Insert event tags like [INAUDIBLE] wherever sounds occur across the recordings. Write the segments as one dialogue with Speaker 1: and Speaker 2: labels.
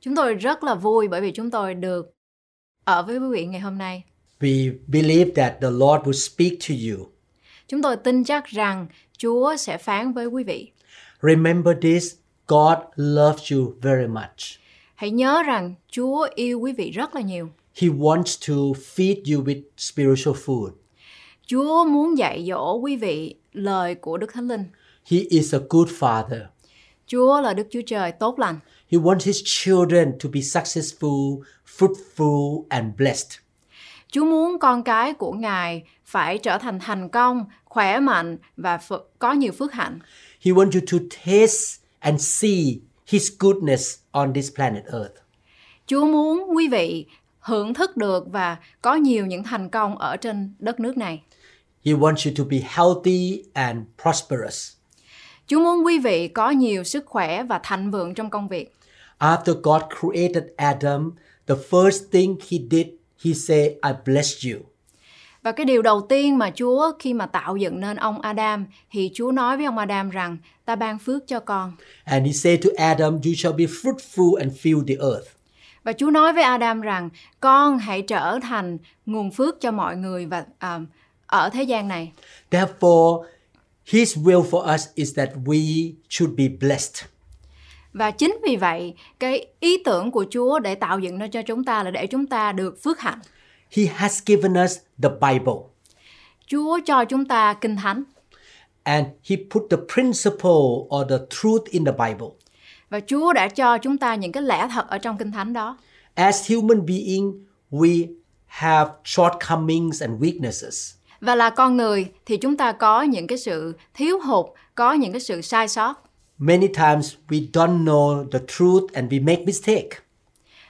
Speaker 1: Chúng tôi rất là vui bởi vì chúng tôi được ở với quý vị ngày hôm nay.
Speaker 2: We believe that the Lord will speak to you.
Speaker 1: Chúng tôi tin chắc rằng Chúa sẽ phán với quý vị.
Speaker 2: Remember this God loves you very much.
Speaker 1: Hãy nhớ rằng Chúa yêu quý vị rất là nhiều.
Speaker 2: He wants to feed you with spiritual food.
Speaker 1: Chúa muốn dạy dỗ quý vị lời của Đức Thánh Linh.
Speaker 2: He is a good father.
Speaker 1: Chúa là Đức Chúa Trời tốt lành.
Speaker 2: He wants his children to be successful, fruitful, and blessed.
Speaker 1: Chúa muốn con cái của Ngài phải trở thành thành công, khỏe mạnh và ph- có nhiều phước hạnh.
Speaker 2: He wants you to taste and see his goodness on this planet Earth.
Speaker 1: Chúa muốn quý vị hưởng thức được và có nhiều những thành công ở trên đất nước này.
Speaker 2: He wants you to be healthy and prosperous.
Speaker 1: Chúa muốn quý vị có nhiều sức khỏe và thịnh vượng trong công việc.
Speaker 2: After God created Adam, the first thing he did, he said, I bless you.
Speaker 1: Và cái điều đầu tiên mà Chúa khi mà tạo dựng nên ông Adam thì Chúa nói với ông Adam rằng ta ban phước cho con.
Speaker 2: And he said to Adam, You shall be fruitful and fill the earth.
Speaker 1: Và Chúa nói với Adam rằng con hãy trở thành nguồn phước cho mọi người và à, ở thế gian này.
Speaker 2: Therefore, his will for us is that we should be blessed.
Speaker 1: Và chính vì vậy, cái ý tưởng của Chúa để tạo dựng nên cho chúng ta là để chúng ta được phước hạnh.
Speaker 2: He has given us the Bible,
Speaker 1: Chúa cho chúng ta kinh thánh
Speaker 2: and he put the principle or the truth in the Bible.
Speaker 1: và Chúa đã cho chúng ta những cái lẽ thật ở trong kinh thánh đó.
Speaker 2: As human beings, we have shortcomings and weaknesses.
Speaker 1: Và là con người thì chúng ta có những cái sự thiếu hụt, có những cái sự sai sót.
Speaker 2: Many times we don't know the truth and we make mistake.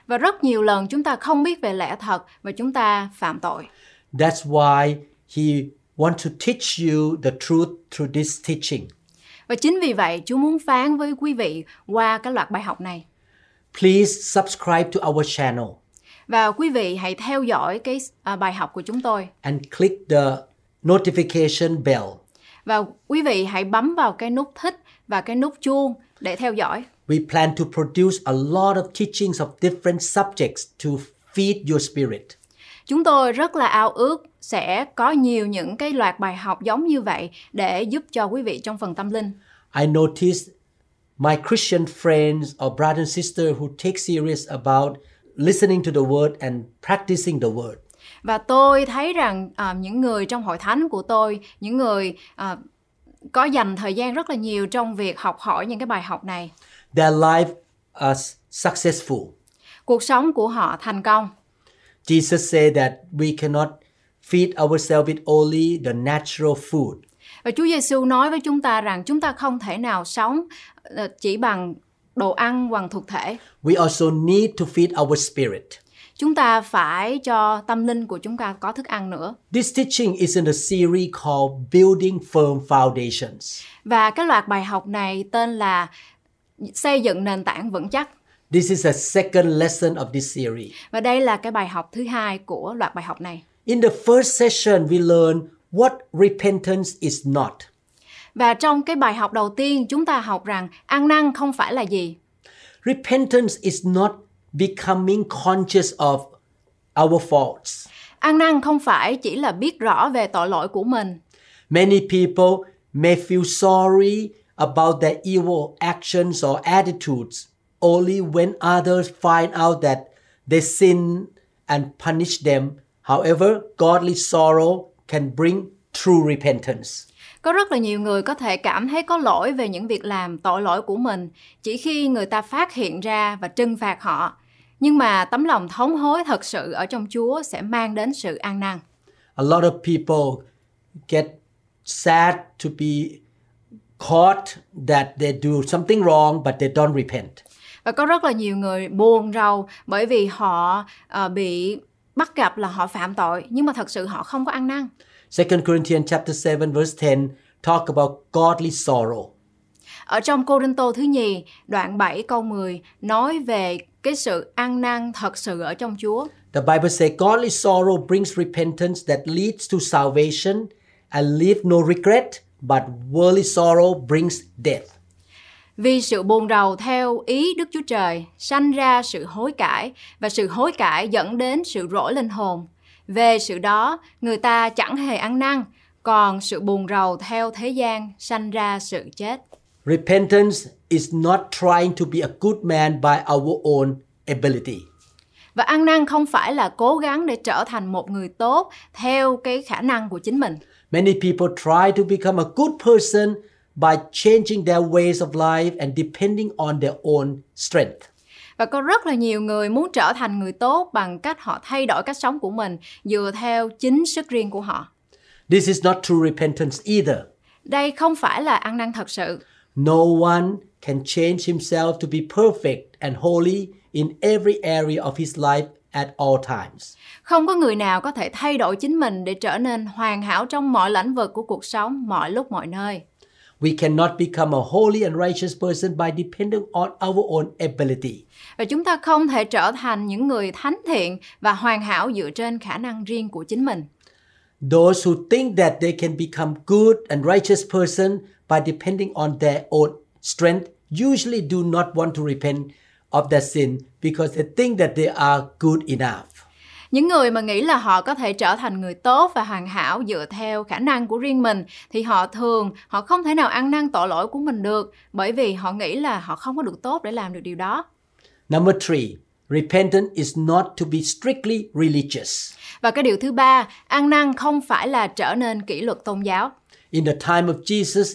Speaker 1: Và rất nhiều lần chúng ta không biết về lẽ thật và chúng ta phạm tội.
Speaker 2: That's why he wants to teach you the truth through this teaching.
Speaker 1: Và chính vì vậy Chúa muốn phán với quý vị qua cái loạt bài học này.
Speaker 2: Please subscribe to our channel
Speaker 1: Và quý vị hãy theo dõi cái à, bài học của chúng tôi.
Speaker 2: and click the notification bell.
Speaker 1: Và quý vị hãy bấm vào cái nút thích và cái nút chuông để theo dõi.
Speaker 2: We plan to produce a lot of teachings of different subjects to feed your spirit.
Speaker 1: Chúng tôi rất là ao ước sẽ có nhiều những cái loạt bài học giống như vậy để giúp cho quý vị trong phần tâm linh.
Speaker 2: I noticed my Christian friends or brother and sister who take serious about listening to the word and practicing the word.
Speaker 1: Và tôi thấy rằng à, những người trong hội thánh của tôi, những người à, có dành thời gian rất là nhiều trong việc học hỏi những cái bài học này,
Speaker 2: Their life is successful.
Speaker 1: cuộc sống của họ thành công.
Speaker 2: Jesus said that we cannot feed ourselves with only the natural food.
Speaker 1: Và Chúa Giêsu nói với chúng ta rằng chúng ta không thể nào sống ờ, chỉ bằng đồ ăn bằng thuộc thể.
Speaker 2: We also need to feed our spirit.
Speaker 1: Chúng ta phải cho tâm linh của chúng ta có thức ăn nữa.
Speaker 2: This teaching is in a series called Building Firm Foundations.
Speaker 1: Và cái loạt bài học này tên là xây dựng nền tảng vững chắc.
Speaker 2: This is the second lesson of this series.
Speaker 1: Và đây là cái bài học thứ hai của loạt bài học này.
Speaker 2: In the first session, we learned what repentance is not.
Speaker 1: Và trong cái bài học đầu tiên chúng ta học rằng ăn năn không phải là gì.
Speaker 2: Repentance is not becoming conscious of our faults.
Speaker 1: Ăn năn không phải chỉ là biết rõ về tội lỗi của mình.
Speaker 2: Many people may feel sorry about their evil actions or attitudes only when others find out that they sin and punish them. However, godly sorrow can bring true repentance.
Speaker 1: Có rất là nhiều người có thể cảm thấy có lỗi về những việc làm tội lỗi của mình chỉ khi người ta phát hiện ra và trừng phạt họ. Nhưng mà tấm lòng thống hối thật sự ở trong Chúa sẽ mang đến sự an năn.
Speaker 2: A lot of people get sad to be caught that they do something wrong but they don't repent.
Speaker 1: và có rất là nhiều người buồn rầu bởi vì họ ờ, bị bắt gặp là họ phạm tội nhưng mà thật sự họ không có ăn năn
Speaker 2: 2 Corinthians chapter 7 verse 10 talk about godly sorrow.
Speaker 1: ở trong Cô Đinh Tô thứ nhì đoạn 7 câu 10 nói về cái sự ăn năn thật sự ở trong Chúa
Speaker 2: The Bible says godly sorrow brings repentance that leads to salvation and leave no regret, but worldly sorrow brings death.
Speaker 1: Vì sự buồn rầu theo ý Đức Chúa Trời sanh ra sự hối cải và sự hối cải dẫn đến sự rỗi linh hồn. Về sự đó, người ta chẳng hề ăn năn, còn sự buồn rầu theo thế gian sanh ra sự chết.
Speaker 2: Repentance is not trying to be a good man by our own ability.
Speaker 1: Và ăn năn không phải là cố gắng để trở thành một người tốt theo cái khả năng của chính mình.
Speaker 2: Many people try to become a good person by changing their ways of life and depending on their own strength.
Speaker 1: Và có rất là nhiều người muốn trở thành người tốt bằng cách họ thay đổi cách sống của mình dựa theo chính sức riêng của họ.
Speaker 2: This is not true repentance either.
Speaker 1: Đây không phải là ăn năn thật sự.
Speaker 2: No one can change himself to be perfect and holy in every area of his life at all times.
Speaker 1: Không có người nào có thể thay đổi chính mình để trở nên hoàn hảo trong mọi lĩnh vực của cuộc sống, mọi lúc mọi nơi.
Speaker 2: We cannot become a holy and righteous person by depending on our own ability.
Speaker 1: Và chúng ta không thể trở thành những người thánh thiện và hoàn hảo dựa trên khả năng riêng của chính mình.
Speaker 2: Those who think that they can become good and righteous person by depending on their own strength usually do not want to repent of their sin because they think that they are good enough.
Speaker 1: Những người mà nghĩ là họ có thể trở thành người tốt và hoàn hảo dựa theo khả năng của riêng mình thì họ thường họ không thể nào ăn năn tội lỗi của mình được bởi vì họ nghĩ là họ không có được tốt để làm được điều đó.
Speaker 2: Number 3, repentance is not to be strictly religious.
Speaker 1: Và cái điều thứ ba, ăn năn không phải là trở nên kỷ luật tôn giáo.
Speaker 2: In the time of Jesus,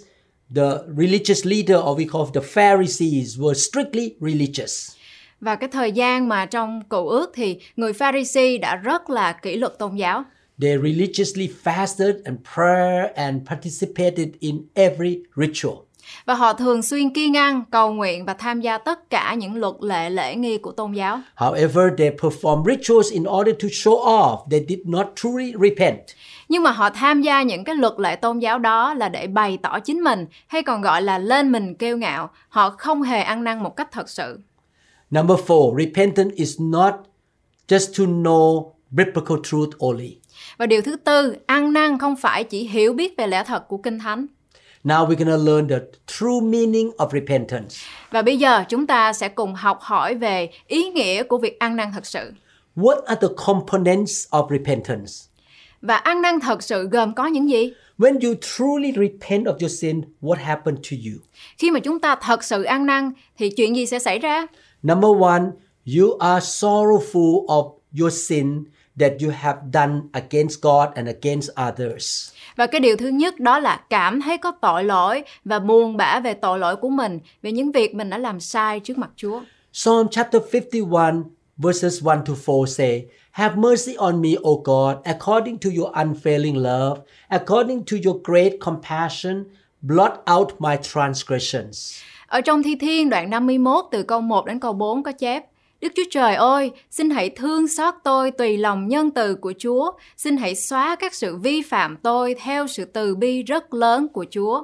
Speaker 2: the religious leader, or we call the Pharisees, were strictly religious.
Speaker 1: Và cái thời gian mà trong cựu ước thì người Pharisee đã rất là kỷ luật tôn giáo.
Speaker 2: They religiously fasted and prayer and participated in every ritual.
Speaker 1: Và họ thường xuyên kiêng ăn, cầu nguyện và tham gia tất cả những luật lệ lễ nghi của tôn giáo.
Speaker 2: However, they performed rituals in order to show off. They did not truly repent.
Speaker 1: Nhưng mà họ tham gia những cái luật lệ tôn giáo đó là để bày tỏ chính mình hay còn gọi là lên mình kêu ngạo. Họ không hề ăn năn một cách thật sự.
Speaker 2: Number four, repentance is not just to know biblical truth only.
Speaker 1: Và điều thứ tư, ăn năn không phải chỉ hiểu biết về lẽ thật của Kinh Thánh.
Speaker 2: Now we're going to learn the true meaning of repentance.
Speaker 1: Và bây giờ chúng ta sẽ cùng học hỏi về ý nghĩa của việc ăn năn thật sự.
Speaker 2: What are the components of repentance?
Speaker 1: Và ăn năn thật sự gồm có những gì?
Speaker 2: When you truly repent of your sin, what happened to you?
Speaker 1: Khi mà chúng ta thật sự ăn năn thì chuyện gì sẽ xảy ra?
Speaker 2: Number one, you are sorrowful of your sin that you have done against God and against others.
Speaker 1: Và cái điều thứ nhất đó là cảm thấy có tội lỗi và buồn bã về tội lỗi của mình, về những việc mình đã làm sai trước mặt Chúa.
Speaker 2: Psalm chapter 51, verses 1 to 4 say, Have mercy on me, O God, according to your unfailing love, according to your great compassion, blot out my transgressions.
Speaker 1: Ở trong Thi Thiên đoạn 51 từ câu 1 đến câu 4 có chép Đức Chúa Trời ơi, xin hãy thương xót tôi tùy lòng nhân từ của Chúa, xin hãy xóa các sự vi phạm tôi theo sự từ bi rất lớn của Chúa.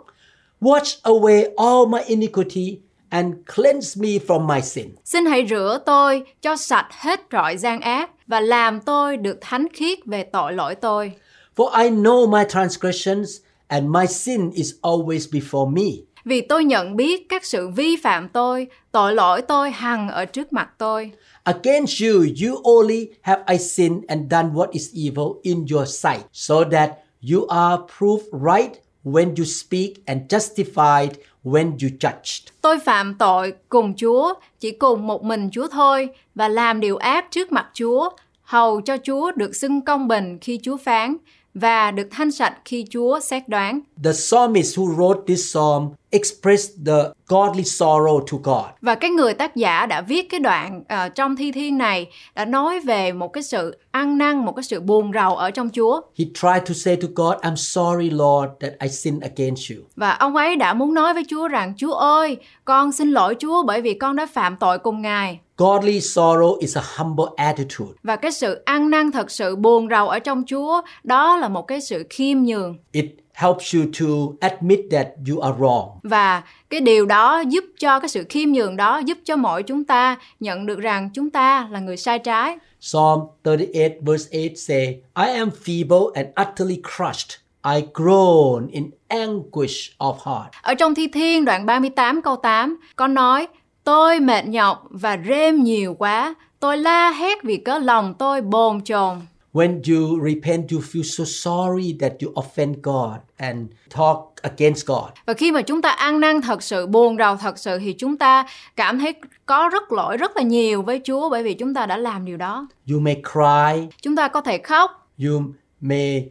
Speaker 2: Wash away all my iniquity and cleanse me from my sin.
Speaker 1: Xin hãy rửa tôi cho sạch hết rọi gian ác và làm tôi được thánh khiết về tội lỗi tôi.
Speaker 2: For I know my transgressions, and my sin is always before me.
Speaker 1: Vì tôi nhận biết các sự vi phạm tôi, tội lỗi tôi hằng ở trước mặt tôi.
Speaker 2: Against you, you only have I sinned and done what is evil in your sight, so that you are proved right when you speak and justified when you judged.
Speaker 1: Tôi phạm tội cùng Chúa, chỉ cùng một mình Chúa thôi, và làm điều ác trước mặt Chúa, hầu cho Chúa được xưng công bình khi Chúa phán, và được thanh sạch khi Chúa xét đoán.
Speaker 2: The psalmist who wrote this psalm expressed the godly sorrow to God.
Speaker 1: Và cái người tác giả đã viết cái đoạn ờ, trong thi thiên này đã nói về một cái sự ăn năn, một cái sự buồn rầu ở trong Chúa.
Speaker 2: He tried to say to God, I'm sorry, Lord, that I sinned against you.
Speaker 1: Và ông ấy đã muốn nói với Chúa rằng Chúa ơi, con xin lỗi Chúa bởi vì con đã phạm tội cùng Ngài.
Speaker 2: Godly sorrow is a humble attitude.
Speaker 1: Và cái sự ăn năn thật sự buồn rầu ở trong Chúa đó là một cái sự khiêm nhường
Speaker 2: It helps you to admit that you are wrong.
Speaker 1: và cái điều đó giúp cho cái sự khiêm nhường đó giúp cho mỗi chúng ta nhận được rằng chúng ta là người sai trái.
Speaker 2: Psalm 38 verse 8 say, I am feeble and utterly crushed. I groan in anguish of heart.
Speaker 1: Ở trong Thi Thiên đoạn 38 câu 8, con nói, tôi mệt nhọc và rêm nhiều quá, tôi la hét vì cớ lòng tôi bồn chồn.
Speaker 2: When you repent, you feel so sorry that you offend God and talk against God.
Speaker 1: Và khi mà chúng ta ăn năn thật sự, buồn rầu thật sự thì chúng ta cảm thấy có rất lỗi rất là nhiều với Chúa bởi vì chúng ta đã làm điều đó.
Speaker 2: You may cry.
Speaker 1: Chúng ta có thể khóc,
Speaker 2: You may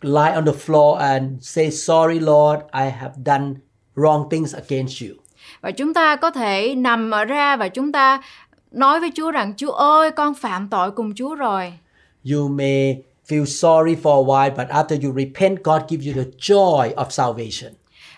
Speaker 2: lie on the floor and say, Sorry, Lord, I have done wrong things against you.
Speaker 1: và chúng ta có thể nằm ở ra và chúng ta nói với Chúa rằng Chúa ơi con phạm tội cùng Chúa rồi.
Speaker 2: You may feel sorry for a while, but after you repent, God gives you the joy of salvation.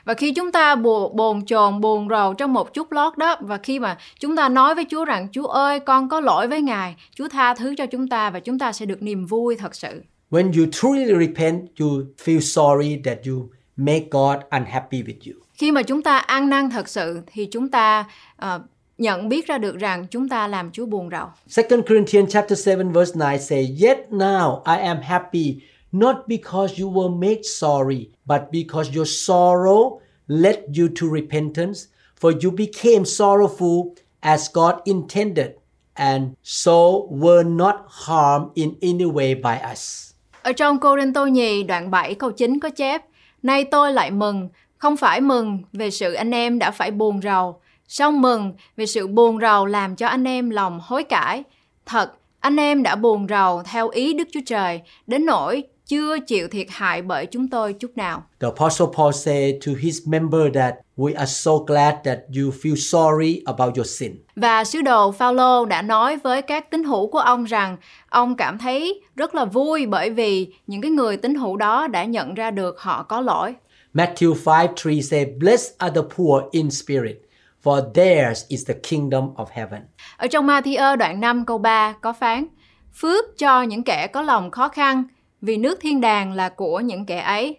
Speaker 1: Và khi chúng ta bồ- bồn chồn, buồn rầu trong một chút lót đó và khi mà chúng ta nói với Chúa rằng Chúa ơi con có lỗi với Ngài, Chúa tha thứ cho chúng ta và chúng ta sẽ được niềm vui thật sự.
Speaker 2: When you truly repent, you feel sorry that you make God unhappy with you.
Speaker 1: Khi mà chúng ta ăn năn thật sự thì chúng ta ờ, nhận biết ra được rằng chúng ta làm Chúa buồn rầu.
Speaker 2: 2 Corinthians chapter 7 verse 9 say, Yet now I am happy, not because you were made sorry, but because your sorrow led you to repentance, for you became sorrowful as God intended, and so were not harmed in any way by us.
Speaker 1: Ở trong Cô Rinh Tô Nhì đoạn 7 câu 9 có chép Nay tôi lại mừng, không phải mừng về sự anh em đã phải buồn rầu song mừng về sự buồn rầu làm cho anh em lòng hối cải Thật, anh em đã buồn rầu theo ý Đức Chúa Trời Đến nỗi chưa chịu thiệt hại bởi chúng tôi chút nào
Speaker 2: The Apostle Paul said to his member that we are so glad that you feel sorry about your sin.
Speaker 1: Và sứ đồ Phaolô đã nói với các tín hữu của ông rằng ông cảm thấy rất là vui bởi vì những cái người tín hữu đó đã nhận ra được họ có lỗi.
Speaker 2: Matthew 5 3 say, Blessed are the poor in spirit, for theirs is the kingdom of heaven.
Speaker 1: Ở trong Matthew đoạn 5 câu 3 có phán Phước cho những kẻ có lòng khó khăn vì nước thiên đàng là của những kẻ ấy.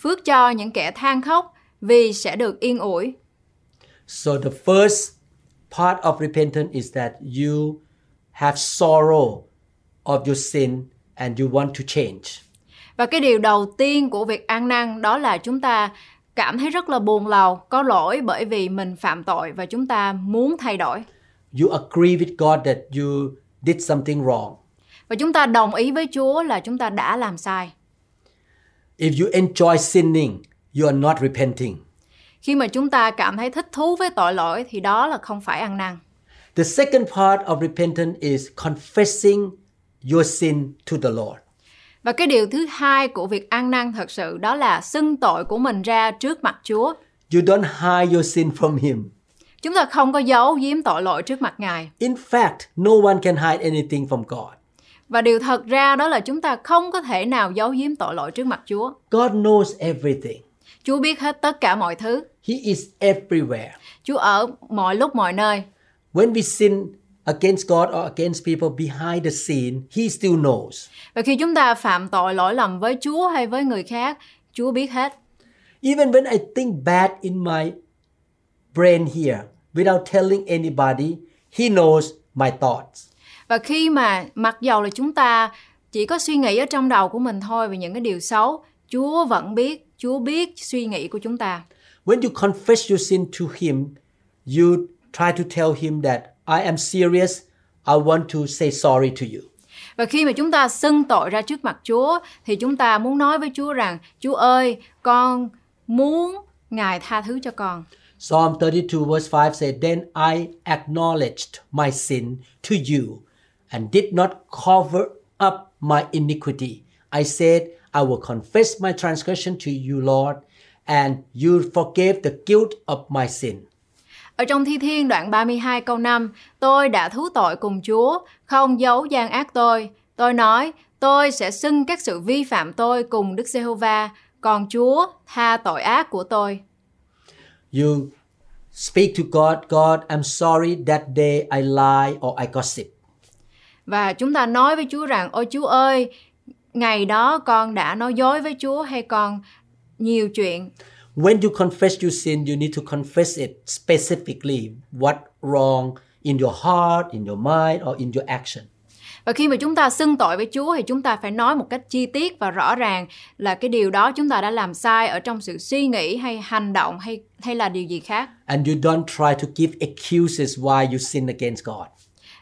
Speaker 1: Phước cho những kẻ than khóc vì sẽ được yên ủi.
Speaker 2: So the first part of repentance is that you have sorrow of your sin and you want to change.
Speaker 1: Và cái điều đầu tiên của việc ăn năn đó là chúng ta cảm thấy rất là buồn lầu, có lỗi bởi vì mình phạm tội và chúng ta muốn thay đổi.
Speaker 2: You agree with God that you did something wrong.
Speaker 1: Và chúng ta đồng ý với Chúa là chúng ta đã làm sai.
Speaker 2: If you enjoy sinning, you are not repenting.
Speaker 1: Khi mà chúng ta cảm thấy thích thú với tội lỗi thì đó là không phải ăn năn.
Speaker 2: The second part of repentance is confessing your sin to the Lord.
Speaker 1: Và cái điều thứ hai của việc ăn năn thật sự đó là xưng tội của mình ra trước mặt Chúa.
Speaker 2: You don't hide your sin from Him.
Speaker 1: Chúng ta không có giấu giếm tội lỗi trước mặt Ngài.
Speaker 2: In fact, no one can hide anything from God.
Speaker 1: Và điều thật ra đó là chúng ta không có thể nào giấu giếm tội lỗi trước mặt Chúa.
Speaker 2: God knows everything.
Speaker 1: Chúa biết hết tất cả mọi thứ.
Speaker 2: He is everywhere.
Speaker 1: Chúa ở mọi lúc mọi nơi.
Speaker 2: When we sin against God or against people behind the scene, He still knows.
Speaker 1: Và khi chúng ta phạm tội lỗi lầm với Chúa hay với người khác, Chúa biết hết.
Speaker 2: Even when I think bad in my brain here, without telling anybody, He knows my thoughts.
Speaker 1: Và khi mà mặc dầu là chúng ta chỉ có suy nghĩ ở trong đầu của mình thôi về những cái điều xấu, Chúa vẫn biết, Chúa biết suy nghĩ của chúng ta.
Speaker 2: When you confess your sin to Him, you try to tell Him that I am serious. I want to say sorry to you.
Speaker 1: Và khi mà chúng ta xưng tội ra trước mặt Chúa thì chúng ta muốn nói với Chúa rằng Chúa ơi, con muốn Ngài tha thứ cho con.
Speaker 2: Psalm 32 verse 5 said, Then I acknowledged my sin to you and did not cover up my iniquity. I said, I will confess my transgression to you, Lord, and you forgave the guilt of my sin.
Speaker 1: Ở trong Thi Thiên đoạn 32 câu 5, tôi đã thú tội cùng Chúa, không giấu gian ác tôi. Tôi nói, tôi sẽ xưng các sự vi phạm tôi cùng Đức Giê-hô-va, còn Chúa tha tội ác của tôi.
Speaker 2: You speak to God, God, I'm sorry that day I lie or I gossip.
Speaker 1: Và chúng ta nói với Chúa rằng, ôi Chúa ơi, ngày đó con đã nói dối với Chúa hay con nhiều chuyện.
Speaker 2: When you confess your sin, you need to confess it specifically what wrong in your heart, in your mind, or in your action.
Speaker 1: Và khi mà chúng ta xưng tội với Chúa thì chúng ta phải nói một cách chi tiết và rõ ràng là cái điều đó chúng ta đã làm sai ở trong sự suy nghĩ hay hành động hay hay là điều gì khác.
Speaker 2: And you don't try to give excuses why you sin against God.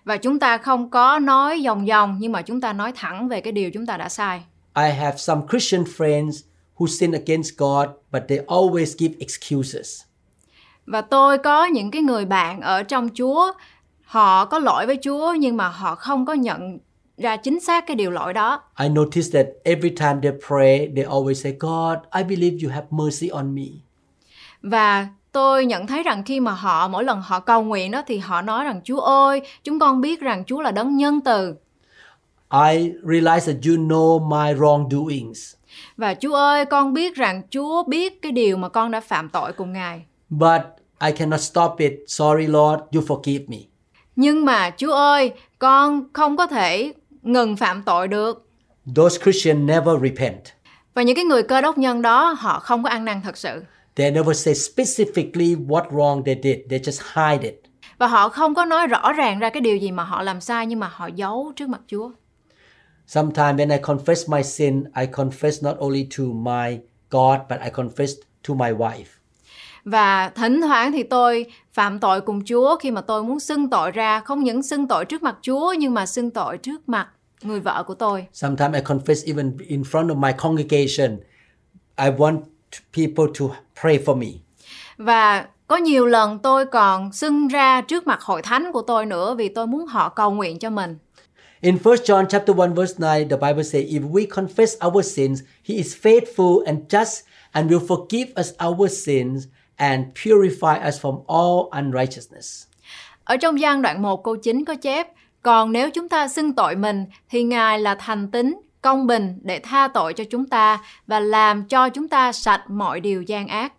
Speaker 1: Và chúng ta không có nói vòng vòng nhưng mà chúng ta nói thẳng về cái điều chúng ta đã sai.
Speaker 2: I have some Christian friends who sin against God, but they always give excuses.
Speaker 1: Và tôi có những cái người bạn ở trong Chúa, họ có lỗi với Chúa nhưng mà họ không có nhận ra chính xác cái điều lỗi đó.
Speaker 2: I notice that every time they pray, they always say, God, I believe you have mercy on me.
Speaker 1: Và tôi nhận thấy rằng khi mà họ mỗi lần họ cầu nguyện đó thì họ nói rằng Chúa ơi, chúng con biết rằng Chúa là đấng nhân từ
Speaker 2: I realize that you know my wrongdoings,
Speaker 1: và Chúa ơi, con biết rằng Chúa biết cái điều mà con đã phạm tội cùng Ngài.
Speaker 2: but I cannot stop it. Sorry, Lord, you forgive me.
Speaker 1: Nhưng mà Chúa ơi, con không có thể ngừng phạm tội được.
Speaker 2: Those Christians never repent.
Speaker 1: Và những cái người cơ đốc nhân đó họ không có ăn năn thật sự.
Speaker 2: They never say specifically what wrong they did. They just hide it.
Speaker 1: Và họ không có nói rõ ràng ra cái điều gì mà họ làm sai nhưng mà họ giấu trước mặt Chúa.
Speaker 2: Sometimes when I confess my sin, I confess not only to my God, but I confess to my wife.
Speaker 1: Và thỉnh thoảng thì tôi phạm tội cùng Chúa khi mà tôi muốn xưng tội ra, không những xưng tội trước mặt Chúa nhưng mà xưng tội trước mặt người vợ của tôi.
Speaker 2: Sometimes I confess even in front of my congregation. I want people to pray for me.
Speaker 1: Và có nhiều lần tôi còn xưng ra trước mặt hội thánh của tôi nữa vì tôi muốn họ cầu nguyện cho mình.
Speaker 2: In 1 John chapter 1 verse 9, the Bible says, if we confess our sins, he is faithful and just and will forgive us our sins and purify us from all unrighteousness.
Speaker 1: Ở trong gian đoạn 1 câu 9 có chép, còn nếu chúng ta xưng tội mình thì Ngài là thành tín, công bình để tha tội cho chúng ta và làm cho chúng ta sạch mọi điều gian ác.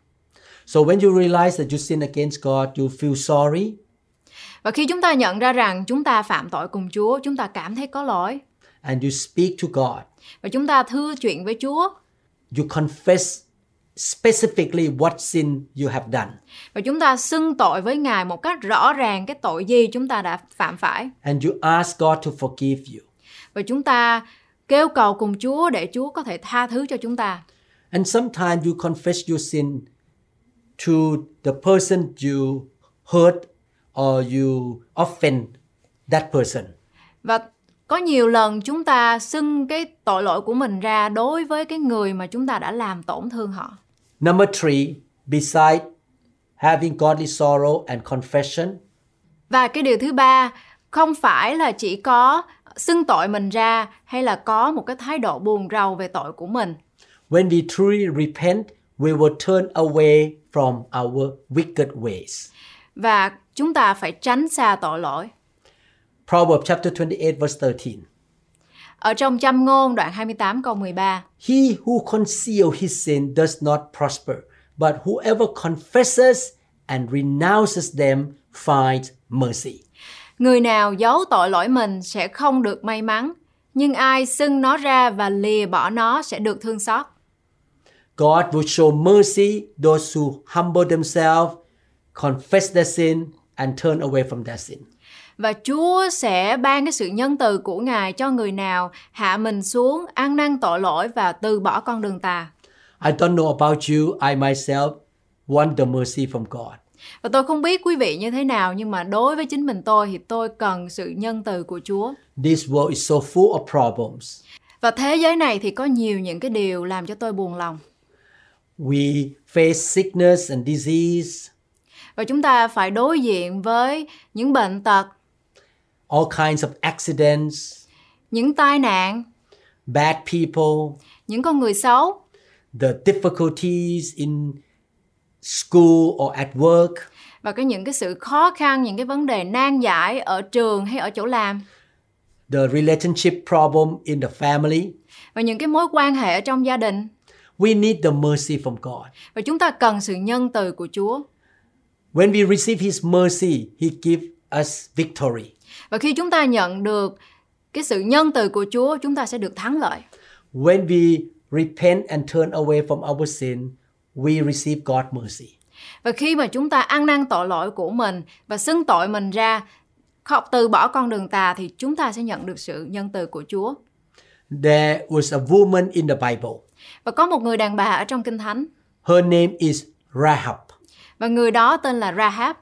Speaker 2: So when you realize that you sin against God, you feel sorry
Speaker 1: Và khi chúng ta nhận ra rằng chúng ta phạm tội cùng Chúa, chúng ta cảm thấy có lỗi
Speaker 2: and you speak to God.
Speaker 1: và chúng ta thưa chuyện với Chúa
Speaker 2: You confess specifically what sin you have done
Speaker 1: và chúng ta xưng tội với Ngài một cách rõ ràng cái tội gì chúng ta đã phạm phải
Speaker 2: and you ask God to forgive you.
Speaker 1: và chúng ta kêu cầu cùng Chúa để Chúa có thể tha thứ cho chúng ta.
Speaker 2: And sometimes you confess your sin to the person you hurt or you offend that person.
Speaker 1: Và có nhiều lần chúng ta xưng cái tội lỗi của mình ra đối với cái người mà chúng ta đã làm tổn thương họ.
Speaker 2: Number three, beside having godly sorrow and confession,
Speaker 1: Và cái điều thứ ba, không phải là chỉ có xưng tội mình ra hay là có một cái thái độ buồn rầu về tội của mình.
Speaker 2: when we truly repent, we will turn away from our wicked ways.
Speaker 1: Và chúng ta phải tránh xa tội lỗi.
Speaker 2: Proverbs chapter 28, verse 13.
Speaker 1: Ở trong châm ngôn đoạn 28 câu 13.
Speaker 2: He who conceals his sin does not prosper, but whoever confesses and renounces them finds mercy.
Speaker 1: Người nào giấu tội lỗi mình sẽ không được may mắn, nhưng ai xưng nó ra và lìa bỏ nó sẽ được thương xót.
Speaker 2: God will show mercy those who humble themselves, confess their sin, and turn away from their sin.
Speaker 1: Và Chúa sẽ ban cái sự nhân từ của Ngài cho người nào hạ mình xuống, ăn năn tội lỗi và từ bỏ con đường tà.
Speaker 2: I don't know about you, I myself want the mercy from God.
Speaker 1: Và tôi không biết quý vị như thế nào nhưng mà đối với chính mình tôi thì tôi cần sự nhân từ của Chúa.
Speaker 2: This world is so full of problems.
Speaker 1: Và thế giới này thì có nhiều những cái điều làm cho tôi buồn lòng.
Speaker 2: We face sickness and disease,
Speaker 1: Và chúng ta phải đối diện với những bệnh tật,
Speaker 2: all kinds of accidents,
Speaker 1: những tai nạn,
Speaker 2: bad people,
Speaker 1: những con người xấu,
Speaker 2: the difficulties in school or at work,
Speaker 1: và cái những cái sự khó khăn những cái vấn đề nan giải ở trường hay ở chỗ làm
Speaker 2: the relationship problem in the family.
Speaker 1: và những cái mối quan hệ ở trong gia đình
Speaker 2: We need the mercy from God.
Speaker 1: và chúng ta cần sự nhân từ của Chúa
Speaker 2: When we receive His mercy, He gives us victory.
Speaker 1: và khi chúng ta nhận được cái sự nhân từ của Chúa chúng ta sẽ được thắng lợi
Speaker 2: When we repent and turn away from our sin, we receive God's mercy.
Speaker 1: và khi mà chúng ta ăn năn tội lỗi của mình và xưng tội mình ra khóc từ bỏ con đường tà thì chúng ta sẽ nhận được sự nhân từ của Chúa
Speaker 2: There was a woman in the Bible.
Speaker 1: và có một người đàn bà ở trong kinh thánh
Speaker 2: Her name is Rahab.
Speaker 1: và người đó tên là Rahab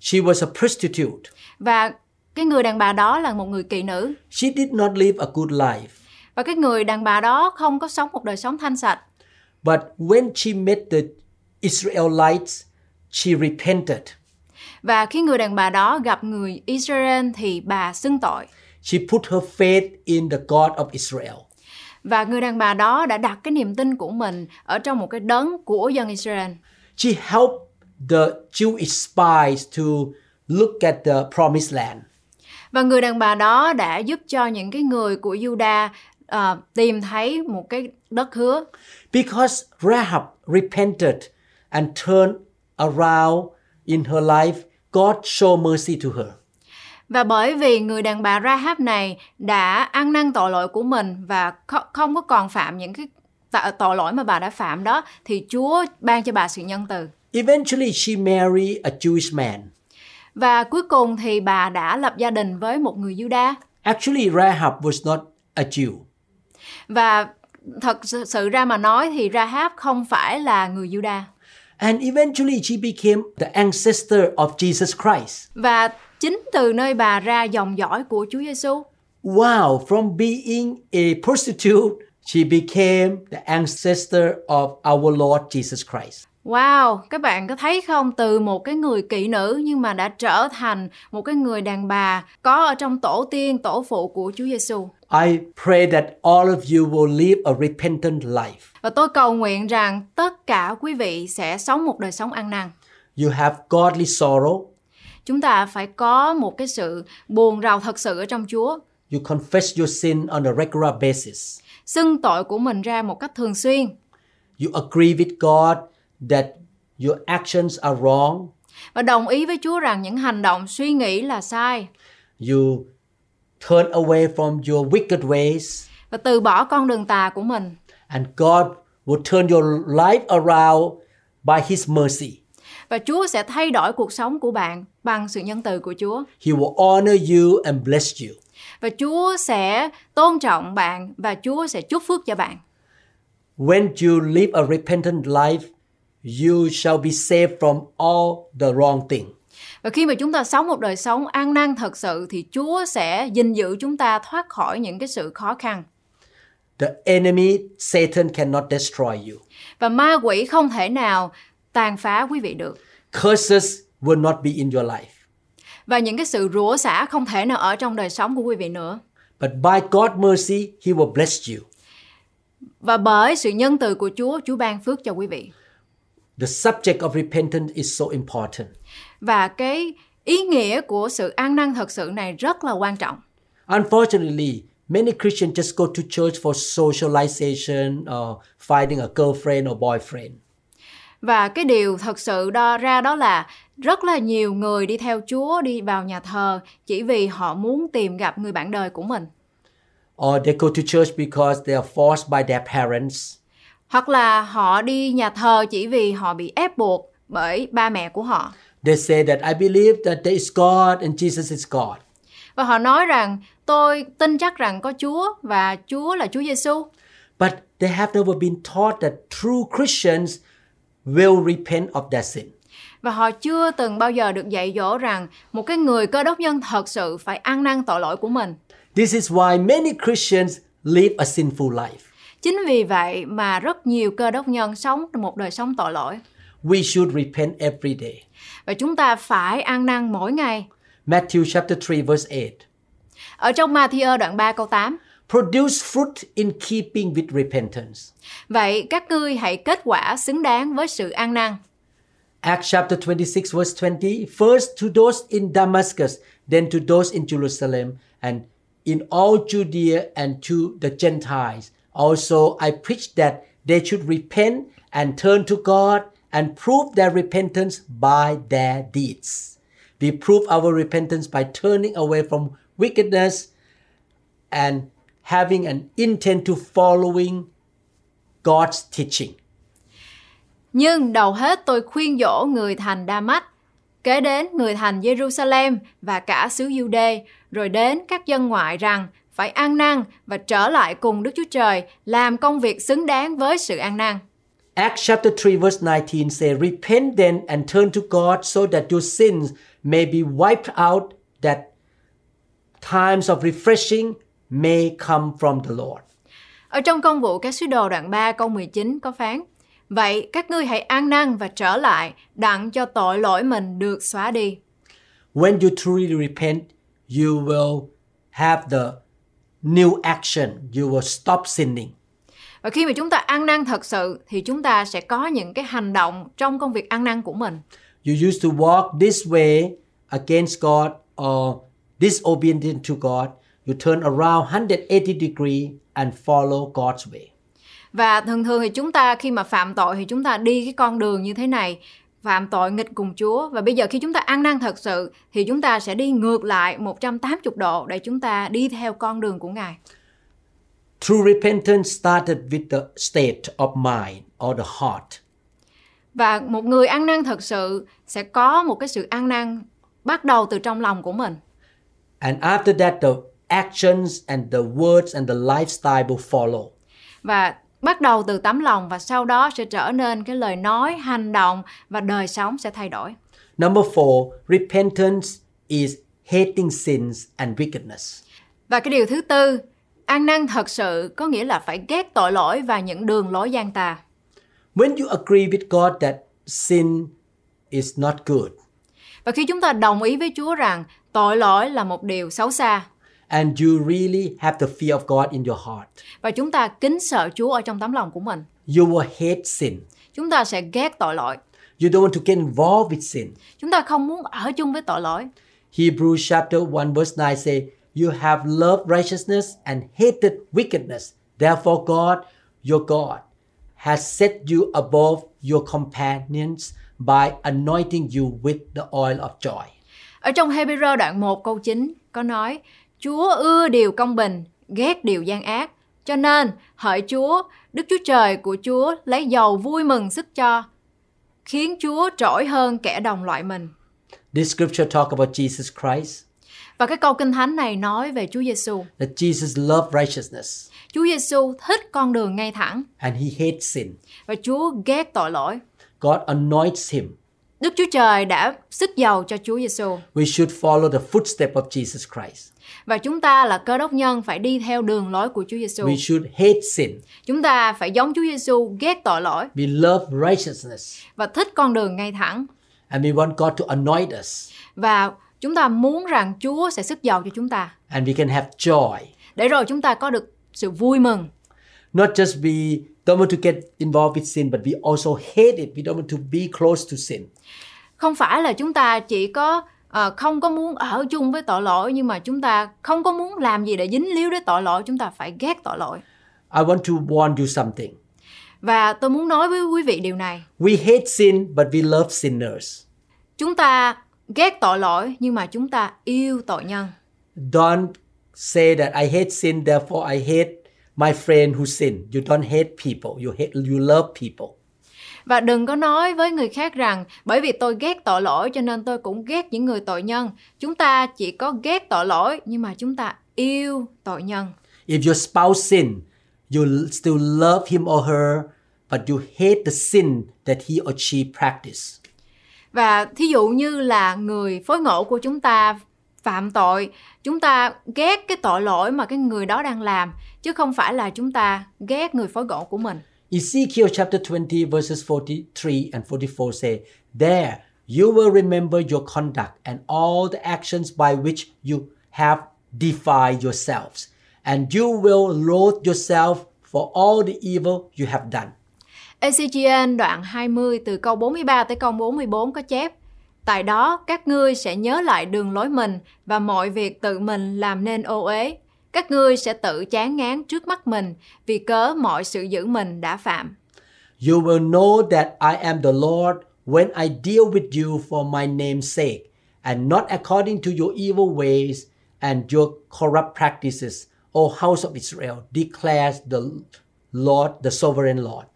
Speaker 2: She was a prostitute.
Speaker 1: và cái người đàn bà đó là một người kỳ nữ
Speaker 2: She did not live a good life.
Speaker 1: và cái người đàn bà đó không có sống một đời sống thanh sạch
Speaker 2: But when she met the Israelites, she repented.
Speaker 1: và khi người đàn bà đó gặp người Israel thì bà xưng tội
Speaker 2: She put her faith in the God of Israel.
Speaker 1: và người đàn bà đó đã đặt cái niềm tin của mình ở trong một cái đấng của dân Israel
Speaker 2: She helped the Jewish spies to look at the promised land.
Speaker 1: và người đàn bà đó đã giúp cho những cái người của Juda à, tìm thấy một cái đất hứa
Speaker 2: Because Rahab repented and turned around in her life, God showed mercy to her.
Speaker 1: và bởi vì người đàn bà Rahab này đã ăn năn tội lỗi của mình và kho- không có còn phạm những cái tạ- tội lỗi mà bà đã phạm đó thì Chúa ban cho bà sự nhân từ
Speaker 2: Eventually, she married a Jewish man.
Speaker 1: và cuối cùng thì bà đã lập gia đình với một người Juda
Speaker 2: Actually, Rahab was not a Jew.
Speaker 1: Và thật sự- sự ra mà nói thì Rahab không phải là người Juda
Speaker 2: And eventually, she became the ancestor of Jesus Christ.
Speaker 1: và chính từ nơi bà ra dòng dõi của Chúa Giêsu.
Speaker 2: Wow, from being a prostitute, she became the ancestor of our Lord Jesus Christ.
Speaker 1: Wow, các bạn có thấy không? Từ một cái người kỵ nữ nhưng mà đã trở thành một cái người đàn bà có ở trong tổ tiên, tổ phụ của Chúa Giêsu.
Speaker 2: I pray that all of you will live a repentant life.
Speaker 1: Và tôi cầu nguyện rằng tất cả quý vị sẽ sống một đời sống ăn năn.
Speaker 2: You have godly sorrow,
Speaker 1: Chúng ta phải có một cái sự buồn rầu thật sự ở trong Chúa,
Speaker 2: you confess your sin on a regular basis.
Speaker 1: xưng tội của mình ra một cách thường xuyên
Speaker 2: You agree with God that your actions are wrong.
Speaker 1: và đồng ý với Chúa rằng những hành động suy nghĩ là sai
Speaker 2: You turn away from your wicked ways,
Speaker 1: và từ bỏ con đường tà của mình
Speaker 2: and God will turn your life around by His mercy.
Speaker 1: và Chúa sẽ thay đổi cuộc sống của bạn bằng sự nhân từ của Chúa
Speaker 2: He will honor you and bless you.
Speaker 1: và Chúa sẽ tôn trọng bạn và Chúa sẽ chúc phước cho bạn
Speaker 2: When you live a repentant life, you shall be saved from all the wrong thing.
Speaker 1: và khi mà chúng ta sống một đời sống an năng thật sự thì Chúa sẽ gìn giữ chúng ta thoát khỏi những cái sự khó khăn
Speaker 2: The enemy, Satan, cannot destroy you.
Speaker 1: và ma quỷ không thể nào tàn phá quý vị được
Speaker 2: Curses will not be in your life.
Speaker 1: và những cái sự rủa xả không thể nào ở trong đời sống của quý vị nữa
Speaker 2: But by God's mercy, He will bless you.
Speaker 1: và bởi sự nhân từ của Chúa Chúa ban phước cho quý vị
Speaker 2: The subject of repentance is so important.
Speaker 1: và cái ý nghĩa của sự an năng thật sự này rất là quan trọng
Speaker 2: Unfortunately, many Christians just go to church for socialization or finding a girlfriend or boyfriend.
Speaker 1: và cái điều thật sự đo ra đó là rất là nhiều người đi theo Chúa đi vào nhà thờ chỉ vì họ muốn tìm gặp người bạn đời của mình
Speaker 2: Or they go to church because they are forced by their parents.
Speaker 1: hoặc là họ đi nhà thờ chỉ vì họ bị ép buộc bởi ba mẹ của họ
Speaker 2: They say that I believe that there is God and Jesus is God.
Speaker 1: và họ nói rằng tôi tin chắc rằng có Chúa và Chúa là Chúa Giêsu
Speaker 2: But they have never been taught that true Christians will repent of their sin.
Speaker 1: và họ chưa từng bao giờ được dạy dỗ rằng một cái người cơ đốc nhân thật sự phải ăn năn tội lỗi của mình
Speaker 2: This is why many Christians live a sinful life.
Speaker 1: Chính vì vậy mà rất nhiều cơ đốc nhân sống một đời sống tội lỗi
Speaker 2: We should repent every day.
Speaker 1: và chúng ta phải ăn năn mỗi ngày.
Speaker 2: Matthew chapter 3 verse 8.
Speaker 1: Ở trong Matthew đoạn 3 câu 8,
Speaker 2: produce fruit in keeping with repentance.
Speaker 1: Vậy các ngươi hãy kết quả xứng đáng với sự ăn năn.
Speaker 2: Acts chapter 26, verse 20 First to those in Damascus, then to those in Jerusalem, and in all Judea and to the Gentiles. Also, I preached that they should repent and turn to God and prove their repentance by their deeds. We prove our repentance by turning away from wickedness and having an intent to following God's teaching.
Speaker 1: Nhưng đầu hết tôi khuyên dỗ người thành Đa-mách, kế đến người thành Giê-ru-sa-lem và cả xứ Giu-đê, rồi đến các dân ngoại rằng phải ăn năn và trở lại cùng Đức Chúa Trời, làm công việc xứng đáng với sự ăn năn.
Speaker 2: Acts chapter 3 verse 19 say, Repent then and turn to God so that your sins may be wiped out, that times of refreshing may come from the Lord.
Speaker 1: Ở trong công vụ các sứ đồ đoạn 3 câu 19 có phán, Vậy các ngươi hãy ăn năn và trở lại, đặng cho tội lỗi mình được xóa đi.
Speaker 2: When you truly repent, you will have the new action. You will stop sinning.
Speaker 1: Và khi mà chúng ta ăn năn thật sự thì chúng ta sẽ có những cái hành động trong công việc ăn năn của mình.
Speaker 2: You used to walk this way against God or disobedient to God. You turn around 180 degree and follow God's way.
Speaker 1: Và thường thường thì chúng ta khi mà phạm tội thì chúng ta đi cái con đường như thế này, phạm tội nghịch cùng Chúa và bây giờ khi chúng ta ăn năn thật sự thì chúng ta sẽ đi ngược lại 180 độ để chúng ta đi theo con đường của Ngài.
Speaker 2: True repentance started with the state of mind or the heart.
Speaker 1: Và một người ăn năn thật sự sẽ có một cái sự ăn năn bắt đầu từ trong lòng của mình.
Speaker 2: And after that, the actions and the words and the lifestyle will follow.
Speaker 1: và bắt đầu từ tấm lòng và sau đó sẽ trở nên cái lời nói, hành động và đời sống sẽ thay đổi.
Speaker 2: Number four, repentance is hating sins and wickedness.
Speaker 1: Và cái điều thứ tư, ăn năn thật sự có nghĩa là phải ghét tội lỗi và những đường lối gian tà.
Speaker 2: When you agree with God that sin is not good
Speaker 1: Và khi chúng ta đồng ý với Chúa rằng tội lỗi là một điều xấu xa
Speaker 2: and you really have the fear of God in your heart,
Speaker 1: và chúng ta kính sợ Chúa ở trong tấm lòng của mình,
Speaker 2: you will hate sin.
Speaker 1: chúng ta sẽ ghét tội lỗi.
Speaker 2: You don't want to get involved with sin.
Speaker 1: Chúng ta không muốn ở chung với tội lỗi.
Speaker 2: Hebrews chapter 1 verse 9 say, You have loved righteousness and hated wickedness. Therefore God, your God, has set you above your companions by anointing you with the oil of joy.
Speaker 1: Ở trong Hebrew đoạn 1 câu 9 có nói Chúa ưa điều công bình, ghét điều gian ác. Cho nên, hỡi Chúa, Đức Chúa Trời của Chúa lấy dầu vui mừng sức cho, khiến Chúa trỗi hơn kẻ đồng loại mình.
Speaker 2: This scripture talk about Jesus Christ,
Speaker 1: Và cái câu kinh thánh này nói về Chúa Giêsu.
Speaker 2: that Jesus loved righteousness
Speaker 1: Chúa Giêsu thích con đường ngay thẳng
Speaker 2: and he hates sin.
Speaker 1: và Chúa ghét tội lỗi.
Speaker 2: God anoints him.
Speaker 1: Đức Chúa Trời đã sức dầu cho Chúa Giêsu
Speaker 2: We should follow the footstep of Jesus Christ.
Speaker 1: và chúng ta là cơ đốc nhân phải đi theo đường lối của Chúa Giêsu.
Speaker 2: We should hate sin.
Speaker 1: Chúng ta phải giống Chúa Giêsu ghét tội lỗi
Speaker 2: We love righteousness
Speaker 1: và thích con đường ngay thẳng
Speaker 2: and we want God to anoint us
Speaker 1: và chúng ta muốn rằng Chúa sẽ sức giàu cho chúng ta
Speaker 2: and we can have joy.
Speaker 1: để rồi chúng ta có được sự vui mừng
Speaker 2: Not just we don't want to get involved with sin, but we also hate it. We don't want to be close to sin.
Speaker 1: không phải là chúng ta chỉ có ờ, không có muốn ở chung với tội lỗi nhưng mà chúng ta không có muốn làm gì để dính líu đến tội lỗi chúng ta phải ghét tội lỗi
Speaker 2: I want to warn you something.
Speaker 1: và tôi muốn nói với quý vị điều này
Speaker 2: We hate sin, but we love sinners.
Speaker 1: chúng ta ghét tội lỗi nhưng mà chúng ta yêu tội nhân
Speaker 2: Don't say that I hate sin, therefore I hate my friend who sinned. You don't hate people. You hate, you love people.
Speaker 1: và đừng có nói với người khác rằng bởi vì tôi ghét tội lỗi cho nên tôi cũng ghét những người tội nhân chúng ta chỉ có ghét tội lỗi nhưng mà chúng ta yêu tội nhân
Speaker 2: If your spouse sin, you l- still love him or her, but you hate the sin that he or she practice.
Speaker 1: Và thí dụ như là người phối ngẫu của chúng ta phạm tội, chúng ta ghét cái tội lỗi mà cái người đó đang làm, chứ không phải là chúng ta ghét người phối ngẫu của mình.
Speaker 2: Ezekiel chapter 20 verses 43 and 44 say, There you will remember your conduct and all the actions by which you have defied yourselves, and you will loathe yourself for all the evil you have done.
Speaker 1: ECGN đoạn 20 từ câu 43 tới câu 44 có chép Tại đó các ngươi sẽ nhớ lại đường lối mình và mọi việc tự mình làm nên ô uế. Các ngươi sẽ tự chán ngán trước mắt mình vì cớ mọi sự giữ mình đã phạm.
Speaker 2: You will know that I am the Lord when I deal with you for my name's sake, and not according to your evil ways and your corrupt practices, O house of Israel, declares the Lord, the sovereign Lord.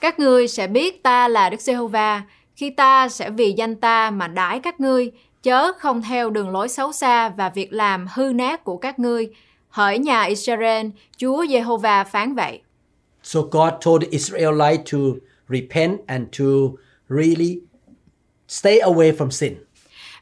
Speaker 1: Các ngươi sẽ biết ta là Đức Giê-hô-va khi ta sẽ vì danh ta mà đãi các ngươi, chớ không theo đường lối xấu xa và việc làm hư nát của các ngươi. Hỡi nhà Israel, Chúa Giê-hô-va phán vậy.
Speaker 2: So God told the Israelites to repent and to really stay away from sin.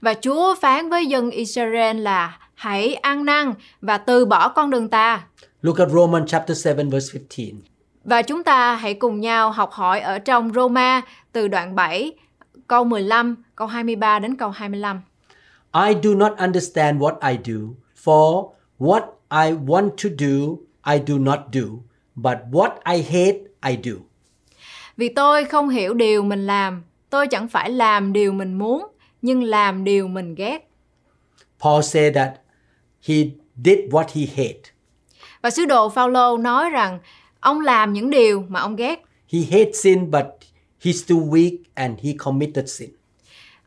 Speaker 1: Và Chúa phán với dân Israel là hãy ăn năn và từ bỏ con đường ta.
Speaker 2: Look at Romans chapter 7 verse 15.
Speaker 1: Và chúng ta hãy cùng nhau học hỏi ở trong Roma từ đoạn 7, câu 15, câu 23 đến câu 25.
Speaker 2: I do not understand what I do, for what I want to do, I do not do, but what I hate, I do.
Speaker 1: Vì tôi không hiểu điều mình làm, tôi chẳng phải làm điều mình muốn, nhưng làm điều mình ghét.
Speaker 2: Paul said that he did what he hated.
Speaker 1: Và sứ đồ Phaolô nói rằng ông làm những điều mà ông ghét.
Speaker 2: He hates sin, but he's still weak and he committed sin.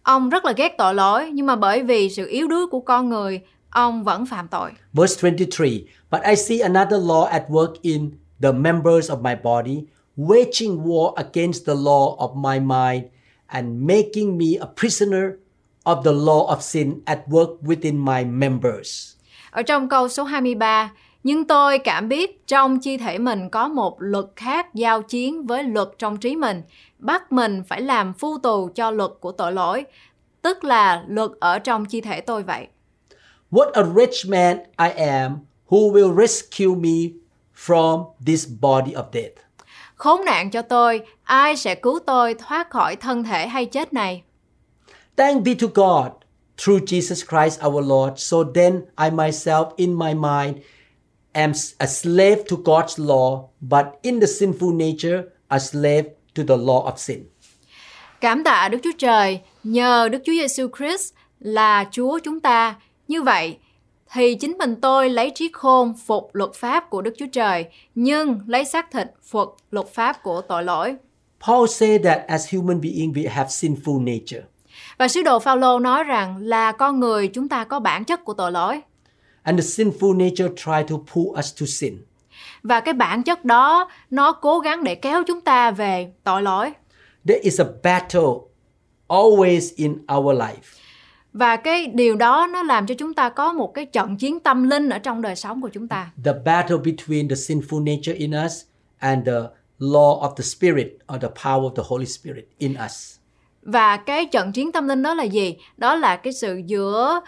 Speaker 1: Ông rất là ghét tội lỗi, nhưng mà bởi vì sự yếu đuối của con người, ông vẫn phạm tội.
Speaker 2: Verse 23 But I see another law at work in the members of my body, waging war against the law of my mind, and making me a prisoner of the law of sin at work within my members.
Speaker 1: Ở trong câu số 23, nhưng tôi cảm biết trong chi thể mình có một luật khác giao chiến với luật trong trí mình, bắt mình phải làm phu tù cho luật của tội lỗi, tức là luật ở trong chi thể tôi vậy.
Speaker 2: What a rich man I am who will rescue me from this body of death.
Speaker 1: Khốn nạn cho tôi, ai sẽ cứu tôi thoát khỏi thân thể hay chết này?
Speaker 2: Thank be to God through Jesus Christ our Lord. So then I myself in my mind am a slave to God's law, but in the sinful nature, a slave to the law of sin.
Speaker 1: Cảm tạ Đức Chúa Trời, nhờ Đức Chúa Giêsu Christ là Chúa chúng ta. Như vậy, thì chính mình tôi lấy trí khôn phục luật pháp của Đức Chúa Trời, nhưng lấy xác thịt phục luật pháp của tội lỗi.
Speaker 2: Paul said that as human beings, we have sinful nature.
Speaker 1: Và sứ đồ Phaolô nói rằng là con người chúng ta có bản chất của tội lỗi
Speaker 2: And the sinful nature try to pull us to sin.
Speaker 1: và cái bản chất đó nó cố gắng để kéo chúng ta về tội lỗi.
Speaker 2: There is a battle always in our life.
Speaker 1: Và cái điều đó nó làm cho chúng ta có một cái trận chiến tâm linh ở trong đời sống của chúng ta.
Speaker 2: The battle between the sinful nature in us and the law of the Spirit or the power of the Holy Spirit in us.
Speaker 1: Và cái trận chiến tâm linh đó là gì? Đó là cái sự giữa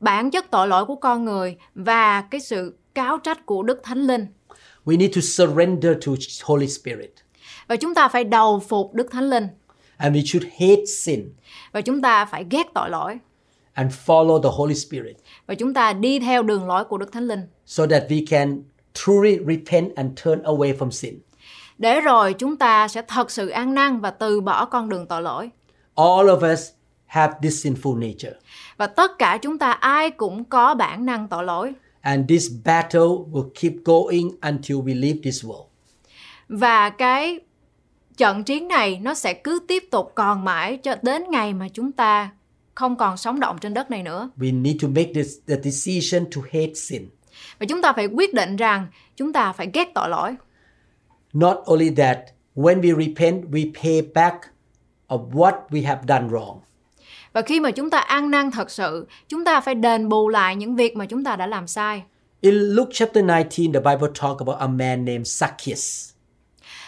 Speaker 1: bản chất tội lỗi của con người và cái sự cáo trách của Đức Thánh Linh.
Speaker 2: We need to surrender to Holy Spirit
Speaker 1: Và chúng ta phải đầu phục Đức Thánh Linh
Speaker 2: and we should hate sin
Speaker 1: và chúng ta phải ghét tội lỗi
Speaker 2: and follow the Holy Spirit
Speaker 1: và chúng ta đi theo đường lối của Đức Thánh Linh.
Speaker 2: so that we can truly repent and turn away from sin.
Speaker 1: Để rồi chúng ta sẽ thật sự ăn năn và từ bỏ con đường tội lỗi.
Speaker 2: All of us have this sinful nature.
Speaker 1: Và tất cả chúng ta ai cũng có bản năng tội lỗi.
Speaker 2: And this battle will keep going until we leave this world.
Speaker 1: Và cái trận chiến này nó sẽ cứ tiếp tục còn mãi cho đến ngày mà chúng ta không còn sống động trên đất này nữa.
Speaker 2: We need to make this the decision to hate sin.
Speaker 1: Và chúng ta phải quyết định rằng chúng ta phải ghét tội lỗi.
Speaker 2: Not only that, when we repent, we pay back of what we have done wrong.
Speaker 1: Và khi mà chúng ta ăn năn thật sự, chúng ta phải đền bù lại những việc mà chúng ta đã làm sai.
Speaker 2: In Luke chapter 19, the Bible talk about a man named Zacchaeus.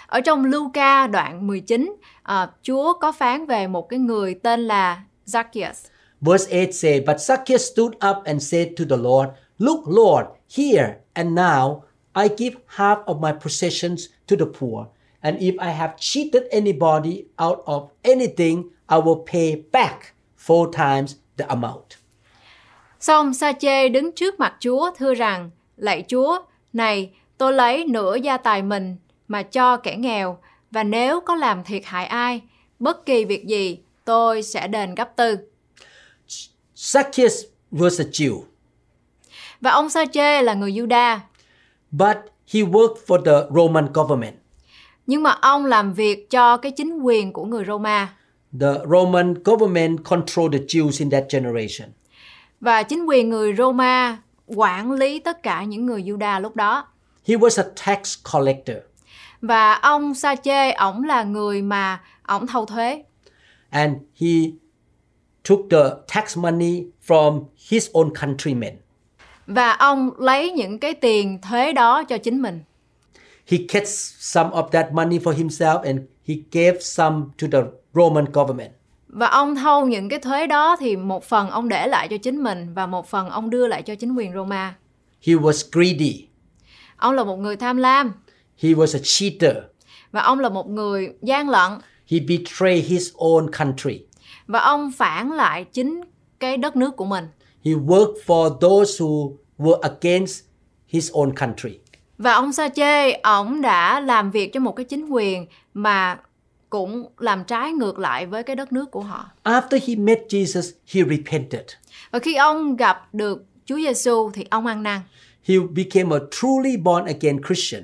Speaker 1: Ở trong Luca đoạn 19, à, Chúa có phán về một cái người tên là Zacchaeus.
Speaker 2: Verse 8 say, But Zacchaeus stood up and said to the Lord, Look, Lord, here and now I give half of my possessions to the poor, and if I have cheated anybody out of anything, I will pay back four times the amount.
Speaker 1: Xong Sa-chê đứng trước mặt Chúa thưa rằng, Lạy Chúa, Này, tôi lấy nửa gia tài mình mà cho kẻ nghèo, và nếu có làm thiệt hại ai, bất kỳ việc gì, tôi sẽ đền gấp tư.
Speaker 2: Zacchaeus was a Jew,
Speaker 1: Và ông Sa Chê là người Juda,
Speaker 2: but he worked for the Roman government.
Speaker 1: nhưng mà ông làm việc cho cái chính quyền của người Roma.
Speaker 2: The Roman government controlled the Jews in that generation.
Speaker 1: Và chính quyền người Roma quản lý tất cả những người Juda lúc đó.
Speaker 2: He was a tax collector,
Speaker 1: Và ông Sa Chê, ổng là người mà ổng thâu thuế.
Speaker 2: and he took the tax money from his own countrymen.
Speaker 1: Và ông lấy những cái tiền thuế đó cho chính mình.
Speaker 2: He kept some of that money for himself and he gave some to the Roman government.
Speaker 1: Và ông thâu những cái thuế đó thì một phần ông để lại cho chính mình và một phần ông đưa lại cho chính quyền Roma.
Speaker 2: He was greedy.
Speaker 1: Ông là một người tham lam
Speaker 2: He was a cheater.
Speaker 1: và ông là một người gian lận
Speaker 2: He betrayed his own country.
Speaker 1: và ông phản lại chính cái đất nước của mình.
Speaker 2: He worked for those who were against his own country.
Speaker 1: Và ông Sa Chê, ổng đã làm việc cho một cái chính quyền mà cũng làm trái ngược lại với cái đất nước của họ.
Speaker 2: After he met Jesus, he repented.
Speaker 1: Và khi ông gặp được Chúa Giêsu thì ông ăn năn
Speaker 2: He became a truly born again Christian.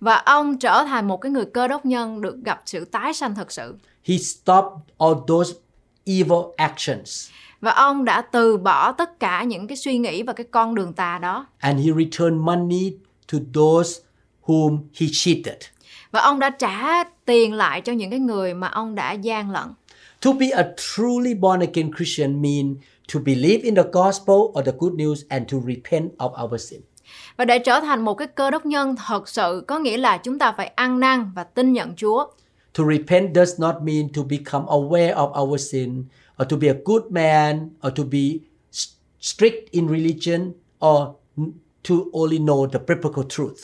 Speaker 1: và ông trở thành một cái người cơ đốc nhân được gặp sự tái sanh thật sự.
Speaker 2: He stopped all those evil actions
Speaker 1: Và ông đã từ bỏ tất cả những cái suy nghĩ và cái con đường tà đó.
Speaker 2: and he returned money to those whom he cheated.
Speaker 1: Và ông đã trả tiền lại cho những cái người mà ông đã gian lận.
Speaker 2: To be a truly born again Christian means to believe in the gospel or the good news and to repent of our sin.
Speaker 1: Và để trở thành một cái cơ đốc nhân thật sự có nghĩa là chúng ta phải ăn năn và tin nhận Chúa.
Speaker 2: To repent does not mean to become aware of our sin or to be a good man or to be s- strict in religion or n- to only know the biblical truth.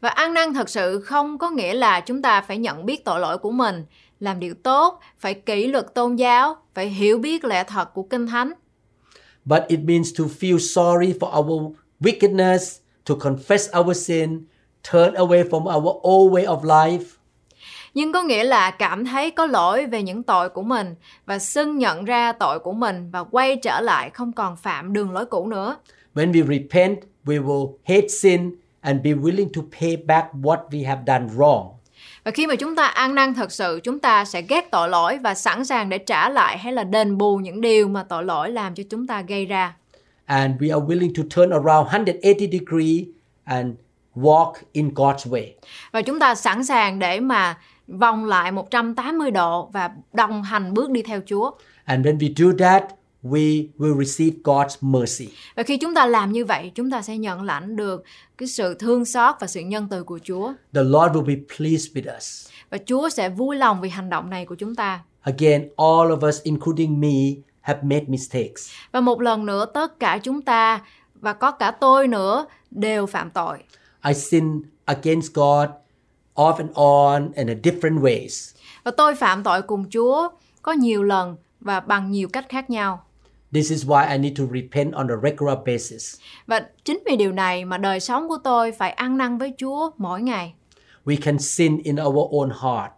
Speaker 1: Và ăn năn thật sự không có nghĩa là chúng ta phải nhận biết tội lỗi của mình, làm điều tốt, phải kỷ luật tôn giáo, phải hiểu biết lẽ thật của Kinh Thánh.
Speaker 2: But it means to feel sorry for our wickedness, to confess our sin, turn away from our old way of life,
Speaker 1: Nhưng có nghĩa là cảm thấy có lỗi về những tội của mình và xưng nhận ra tội của mình và quay trở lại không còn phạm đường lối cũ nữa.
Speaker 2: When we repent, we will hate sin and be willing to pay back what we have done wrong.
Speaker 1: Và khi mà chúng ta ăn năn thật sự, chúng ta sẽ ghét tội lỗi và sẵn sàng để trả lại hay là đền bù những điều mà tội lỗi làm cho chúng ta gây ra.
Speaker 2: And we are willing to turn around 180 degree and walk in God's way.
Speaker 1: Và chúng ta sẵn sàng để mà vòng lại 180 độ và đồng hành bước đi theo Chúa.
Speaker 2: And when we do that, we will receive God's mercy.
Speaker 1: Và khi chúng ta làm như vậy, chúng ta sẽ nhận lãnh được cái sự thương xót và sự nhân từ của Chúa.
Speaker 2: The Lord will be pleased with us.
Speaker 1: Và Chúa sẽ vui lòng vì hành động này của chúng ta.
Speaker 2: Again, all of us, including me, have made mistakes.
Speaker 1: Và một lần nữa, tất cả chúng ta và có cả tôi nữa đều phạm tội.
Speaker 2: I sin against God off and on and in different ways.
Speaker 1: Và tôi phạm tội cùng Chúa có nhiều lần và bằng nhiều cách khác nhau.
Speaker 2: This is why I need to repent on a regular basis.
Speaker 1: Và chính vì điều này mà đời sống của tôi phải ăn năn với Chúa mỗi ngày.
Speaker 2: We can sin in our own heart.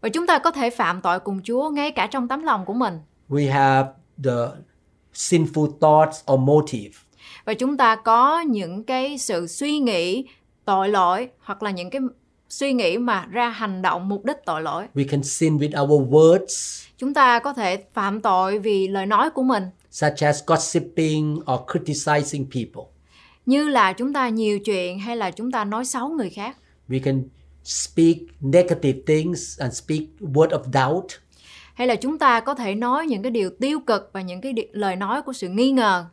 Speaker 1: Và chúng ta có thể phạm tội cùng Chúa ngay cả trong tấm lòng của mình.
Speaker 2: We have the sinful thoughts or motive.
Speaker 1: Và chúng ta có những cái sự suy nghĩ tội lỗi hoặc là những cái suy nghĩ mà ra hành động mục đích tội lỗi.
Speaker 2: We can sin with our words,
Speaker 1: Chúng ta có thể phạm tội vì lời nói của mình
Speaker 2: such as gossiping or criticizing people.
Speaker 1: như là chúng ta nhiều chuyện hay là chúng ta nói xấu người khác.
Speaker 2: We can speak negative things and speak word of doubt.
Speaker 1: Hay là chúng ta có thể nói những cái điều tiêu cực và những cái đi- lời nói của sự nghi ngờ.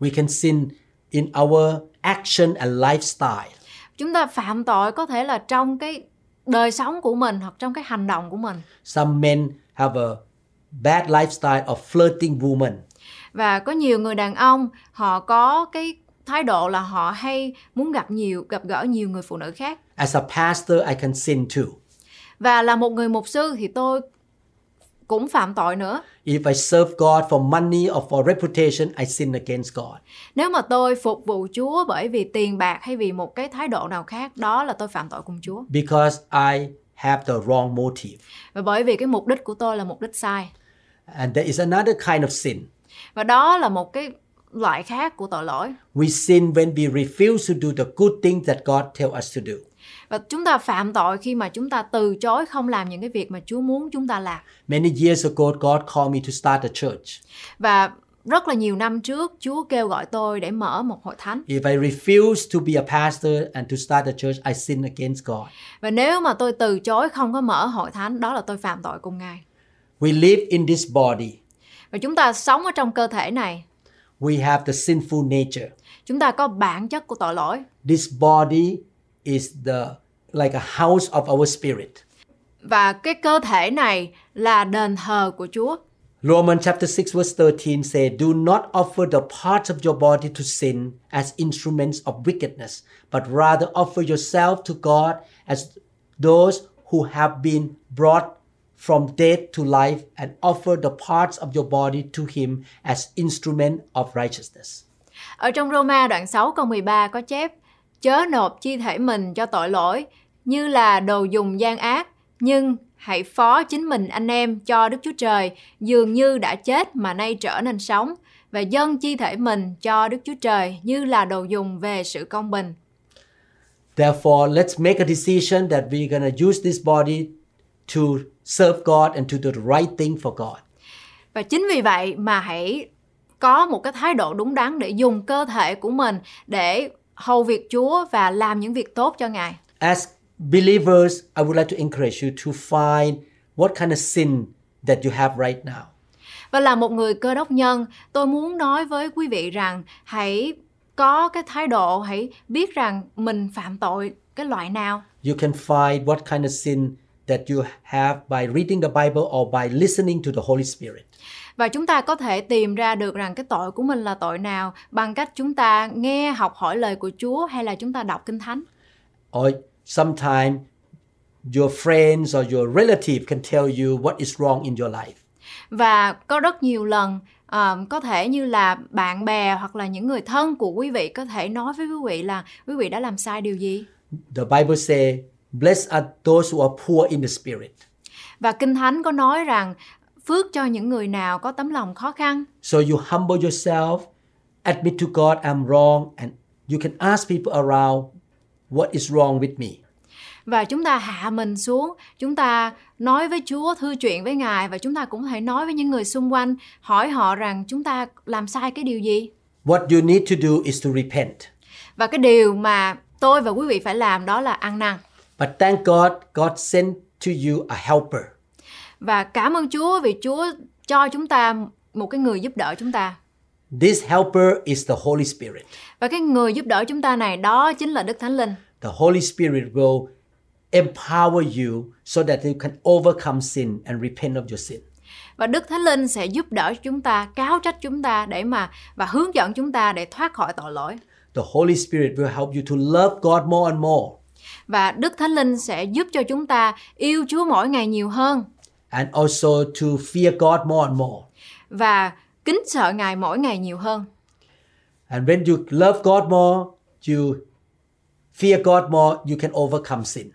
Speaker 2: We can sin in our action and lifestyle.
Speaker 1: Chúng ta phạm tội có thể là trong cái đời sống của mình hoặc trong cái hành động của mình.
Speaker 2: Some men have a bad lifestyle of flirting women.
Speaker 1: và có nhiều người đàn ông họ có cái thái độ là họ hay muốn gặp nhiều gặp gỡ nhiều người phụ nữ khác
Speaker 2: As a pastor, I can sin too.
Speaker 1: và là một người mục sư thì tôi cũng phạm tội nữa.
Speaker 2: If I serve God for money or for reputation, I sin against God.
Speaker 1: Nếu mà tôi phục vụ Chúa bởi vì tiền bạc hay vì một cái thái độ nào khác, đó là tôi phạm tội cùng Chúa.
Speaker 2: because I have the wrong motive.
Speaker 1: Và bởi vì cái mục đích của tôi là mục đích sai.
Speaker 2: And there is another kind of sin.
Speaker 1: Và đó là một cái loại khác của tội lỗi.
Speaker 2: We sin when we refuse to do the good things that God tells us to do.
Speaker 1: Và chúng ta phạm tội khi mà chúng ta từ chối không làm những cái việc mà Chúa muốn chúng ta làm.
Speaker 2: Many years ago, God called me to start a church.
Speaker 1: Và rất là nhiều năm trước, Chúa kêu gọi tôi để mở một hội thánh.
Speaker 2: If I refuse to be a pastor and to start a church, I sin against God.
Speaker 1: Và nếu mà tôi từ chối không có mở hội thánh, đó là tôi phạm tội cùng Ngài.
Speaker 2: We live in this body.
Speaker 1: Và chúng ta sống ở trong cơ thể này,
Speaker 2: We have the sinful nature.
Speaker 1: chúng ta có bản chất của tội lỗi.
Speaker 2: This body is the like a house of our spirit.
Speaker 1: Và cái cơ thể này là đền thờ của Chúa.
Speaker 2: Romans chapter 6 verse 13 say, Do not offer the parts of your body to sin as instruments of wickedness, but rather offer yourself to God as those who have been brought from death to life and offer the parts of your body to him as instrument of righteousness.
Speaker 1: Ở trong Roma đoạn 6 câu 13 có chép Chớ nộp chi thể mình cho tội lỗi như là đồ dùng gian ác Nhưng hãy phó chính mình anh em cho Đức Chúa Trời Dường như đã chết mà nay trở nên sống Và dâng chi thể mình cho Đức Chúa Trời như là đồ dùng về sự công bình
Speaker 2: Therefore, let's make a decision that we're going to use this body to serve God and to do the right thing for God.
Speaker 1: Và chính vì vậy mà hãy có một cái thái độ đúng đắn để dùng cơ thể của mình để hầu việc Chúa và làm những việc tốt cho Ngài.
Speaker 2: As believers, I would like to encourage you to find what kind of sin that you have right now.
Speaker 1: Và là một người cơ đốc nhân, tôi muốn nói với quý vị rằng hãy có cái thái độ, hãy biết rằng mình phạm tội cái loại nào.
Speaker 2: You can find what kind of sin that you have by reading the Bible or by listening to the Holy Spirit.
Speaker 1: Và chúng ta có thể tìm ra được rằng cái tội của mình là tội nào bằng cách chúng ta nghe học hỏi lời của Chúa hay là chúng ta đọc Kinh Thánh.
Speaker 2: Or sometimes your friends or your relative can tell you what is wrong in your life.
Speaker 1: Và có rất nhiều lần à, có thể như là bạn bè hoặc là những người thân của quý vị có thể nói với quý vị là quý vị đã làm sai điều gì.
Speaker 2: The Bible says, Blessed are those who are poor in the spirit.
Speaker 1: Và Kinh Thánh có nói rằng phước cho những người nào có tấm lòng khó khăn.
Speaker 2: So you humble yourself, admit to God I'm wrong, and you can ask people around what is wrong with me.
Speaker 1: và chúng ta hạ mình xuống chúng ta nói với chúa thư chuyện với ngài và chúng ta cũng có thể nói với những người xung quanh hỏi họ rằng chúng ta làm sai cái điều gì
Speaker 2: What you need to do is to repent.
Speaker 1: và cái điều mà tôi và quý vị phải làm đó là ăn năn
Speaker 2: But thank God, God sent to you a helper.
Speaker 1: và cảm ơn chúa vì chúa cho chúng ta một cái người giúp đỡ chúng ta
Speaker 2: This helper is the Holy Spirit.
Speaker 1: và cái người giúp đỡ chúng ta này đó chính là đức thánh linh
Speaker 2: The Holy Spirit will empower you so that you can overcome sin and repent of your sin.
Speaker 1: và đức thánh linh sẽ giúp đỡ chúng ta cáo trách chúng ta để mà và hướng dẫn chúng ta để thoát khỏi tội lỗi
Speaker 2: The Holy Spirit will help you to love God more and more
Speaker 1: và đức thánh linh sẽ giúp cho chúng ta yêu chúa mỗi ngày nhiều hơn
Speaker 2: and also to fear God more and more.
Speaker 1: và kính sợ Ngài mỗi ngày nhiều hơn.
Speaker 2: And when you love God more, you fear God more, you can overcome sin.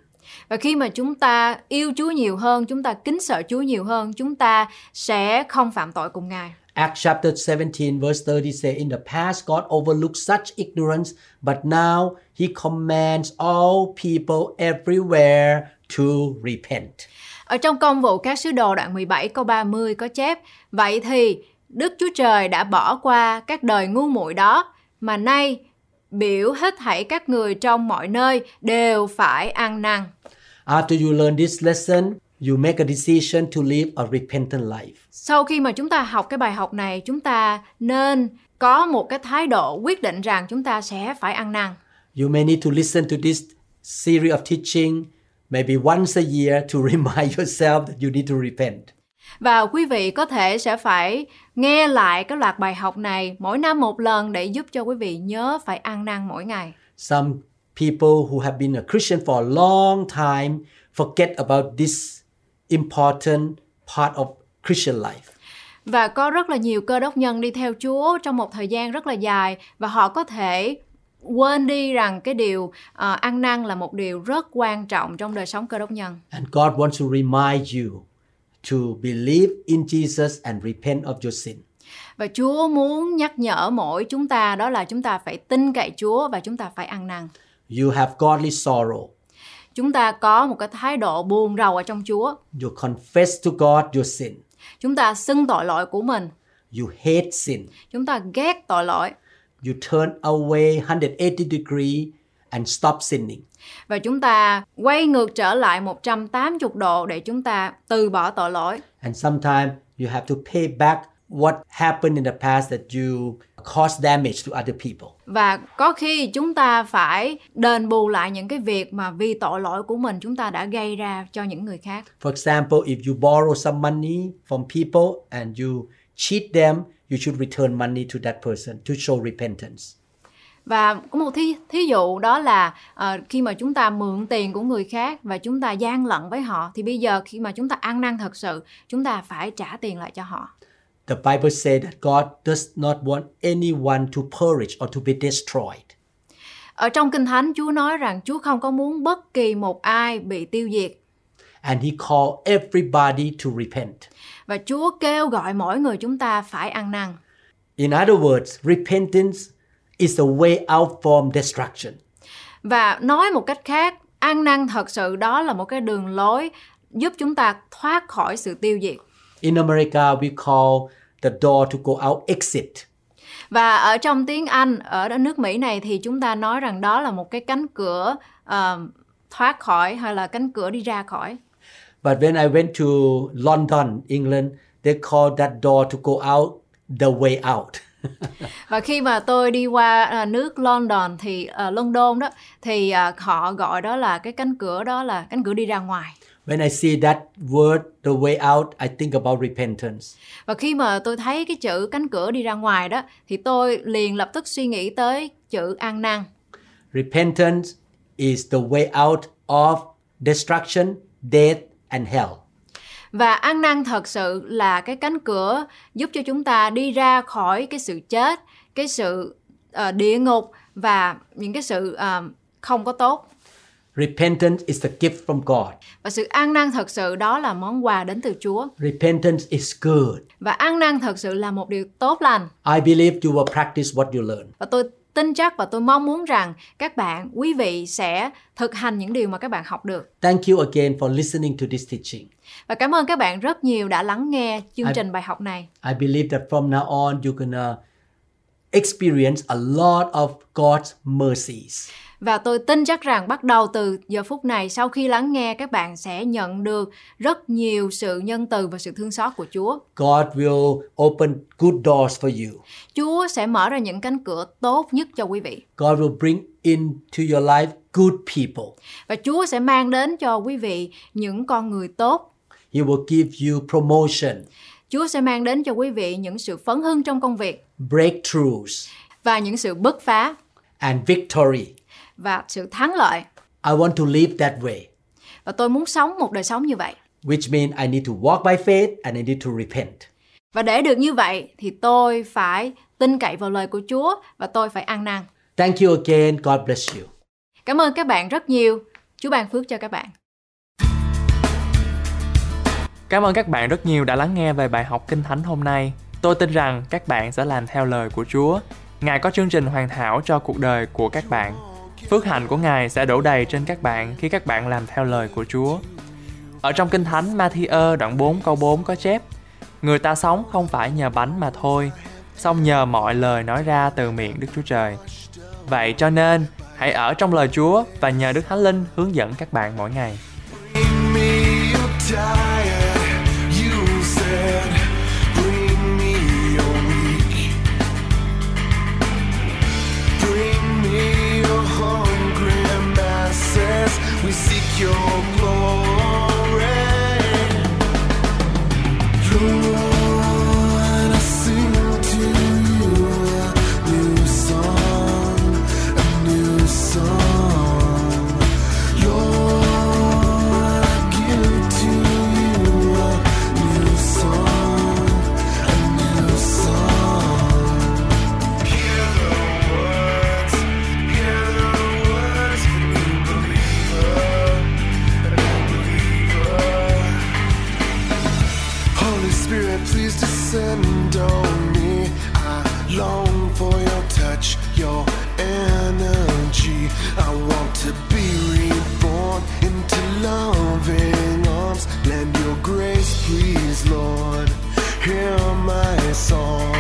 Speaker 1: Và khi mà chúng ta yêu Chúa nhiều hơn, chúng ta kính sợ Chúa nhiều hơn, chúng ta sẽ không phạm tội cùng Ngài.
Speaker 2: Acts chapter 17, verse 30 say, In the past, God overlooked such ignorance, but now he commands all people everywhere to repent.
Speaker 1: Ở trong công vụ các sứ đồ đoạn 17 câu 30 có chép, Vậy thì Đức Chúa Trời đã bỏ qua các đời ngu muội đó, mà nay biểu hết thảy các người trong mọi nơi đều phải ăn năn.
Speaker 2: After you learn this lesson, you make a decision to live a repentant life.
Speaker 1: Sau khi mà chúng ta học cái bài học này, chúng ta nên có một cái thái độ quyết định rằng chúng ta sẽ phải ăn năn.
Speaker 2: You may need to listen to this series of teaching maybe once a year to [LAUGHS] remind yourself that you need to repent.
Speaker 1: Và quý vị có thể sẽ phải nghe lại cái loạt bài học này mỗi năm một lần để giúp cho quý vị nhớ phải ăn năn mỗi ngày.
Speaker 2: some people who have been a Christian for a long time forget about this important part of Christian life.
Speaker 1: Và có rất là nhiều cơ đốc nhân đi theo Chúa trong một thời gian rất là dài và họ có thể quên đi rằng cái điều ờ, ăn năn là một điều rất quan trọng trong đời sống cơ đốc nhân.
Speaker 2: And God wants to remind you to believe in Jesus and repent of your sin.
Speaker 1: Và Chúa muốn nhắc nhở mỗi chúng ta đó là chúng ta phải tin cậy Chúa và chúng ta phải ăn năn.
Speaker 2: You have godly sorrow.
Speaker 1: Chúng ta có một cái thái độ buồn rầu ở trong Chúa.
Speaker 2: You confess to God your sin.
Speaker 1: Chúng ta xưng tội lỗi của mình.
Speaker 2: You hate sin.
Speaker 1: Chúng ta ghét tội lỗi
Speaker 2: You turn away 180 degree and stop sinning.
Speaker 1: và chúng ta quay ngược trở lại 180 độ để chúng ta từ bỏ tội lỗi.
Speaker 2: And sometimes you have to pay back what happened in the past that you caused damage to other people.
Speaker 1: Và có khi chúng ta phải đền bù lại những cái việc mà vì tội lỗi của mình chúng ta đã gây ra cho những người khác.
Speaker 2: For example, if you borrow some money from people and you cheat them, you should return money to that person to show repentance.
Speaker 1: Và có một thí, thí dụ đó là ờ, khi mà chúng ta mượn tiền của người khác và chúng ta gian lận với họ thì bây giờ khi mà chúng ta ăn năn thật sự chúng ta phải trả tiền lại cho họ.
Speaker 2: The Bible says that God does not want anyone to perish or to be destroyed.
Speaker 1: Ở trong Kinh Thánh Chúa nói rằng Chúa không có muốn bất kỳ một ai bị tiêu diệt
Speaker 2: And He called everybody to repent.
Speaker 1: và Chúa kêu gọi mỗi người chúng ta phải ăn năn.
Speaker 2: In other words, repentance is the way out from destruction.
Speaker 1: Và nói một cách khác, ăn năn thật sự đó là một cái đường lối giúp chúng ta thoát khỏi sự tiêu diệt.
Speaker 2: In America, we call the door to go out exit.
Speaker 1: Và ở trong tiếng Anh, ở đất nước Mỹ này thì chúng ta nói rằng đó là một cái cánh cửa ờ, thoát khỏi hay là cánh cửa đi ra khỏi.
Speaker 2: But when I went to London, England, they call that door to go out the way out.
Speaker 1: Và khi mà tôi đi qua à, nước London thì ờ, London đó thì à, họ gọi đó là cái cánh cửa đó là cánh cửa đi ra ngoài.
Speaker 2: when I see that word, the way out, I think about repentance.
Speaker 1: Và khi mà tôi thấy cái chữ cánh cửa đi ra ngoài đó thì tôi liền lập tức suy nghĩ tới chữ ăn năn.
Speaker 2: Repentance is the way out of destruction, death, and hell.
Speaker 1: Và ăn năn thật sự là cái cánh cửa giúp cho chúng ta đi ra khỏi cái sự chết, cái sự ờ, địa ngục và những cái sự ờ, không có tốt.
Speaker 2: Repentance is the gift from God.
Speaker 1: Và sự ăn năn thật sự đó là món quà đến từ Chúa.
Speaker 2: Repentance is good.
Speaker 1: Và ăn năn thật sự là một điều tốt lành.
Speaker 2: I believe you will practice what you learn.
Speaker 1: Và tôi tin chắc và tôi mong muốn rằng các bạn, quý vị sẽ thực hành những điều mà các bạn học được.
Speaker 2: Thank you again for listening to this teaching.
Speaker 1: Và cảm ơn các bạn rất nhiều đã lắng nghe chương
Speaker 2: Ai-
Speaker 1: trình bài học này.
Speaker 2: I believe that from now on, you're going to experience a lot of God's mercies.
Speaker 1: Và tôi tin chắc rằng bắt đầu từ giờ phút này sau khi lắng nghe các bạn sẽ nhận được rất nhiều sự nhân từ và sự thương xót của Chúa.
Speaker 2: God will open good doors for you.
Speaker 1: Chúa sẽ mở ra những cánh cửa tốt nhất cho quý vị.
Speaker 2: God will bring into your life good people.
Speaker 1: Và Chúa sẽ mang đến cho quý vị những con người tốt.
Speaker 2: He will give you promotion,
Speaker 1: Chúa sẽ mang đến cho quý vị những sự phấn hưng trong công việc
Speaker 2: breakthroughs,
Speaker 1: và những sự bứt phá
Speaker 2: and victory.
Speaker 1: và sự thắng lợi.
Speaker 2: I want to live that way,
Speaker 1: Và tôi muốn sống một đời sống như vậy.
Speaker 2: which means I need to walk by faith and I need to repent.
Speaker 1: Và để được như vậy thì tôi phải tin cậy vào lời của Chúa và tôi phải ăn năn.
Speaker 2: Thank you again. God bless you.
Speaker 1: Cảm ơn các bạn rất nhiều. Chúa ban phước cho các bạn.
Speaker 3: Cảm ơn các bạn rất nhiều đã lắng nghe về bài học Kinh Thánh hôm nay. Tôi tin rằng các bạn sẽ làm theo lời của Chúa. Ngài có chương trình hoàn hảo cho cuộc đời của các bạn. Phước hạnh của Ngài sẽ đổ đầy trên các bạn khi các bạn làm theo lời của Chúa. Ở trong Kinh Thánh Matthew đoạn 4 câu 4 có chép Người ta sống không phải nhờ bánh mà thôi, song nhờ mọi lời nói ra từ miệng Đức Chúa Trời. Vậy cho nên, hãy ở trong lời Chúa và nhờ Đức Thánh Linh hướng dẫn các bạn mỗi ngày.
Speaker 4: Bring me your diet, you said. Bring me your weak. Bring me your hungry masses. We seek your glory. Lord, I sing to you a new song, a new song. Lord, I give to you a new song. I want to be reborn into loving arms. Lend your grace, please, Lord. Hear my song.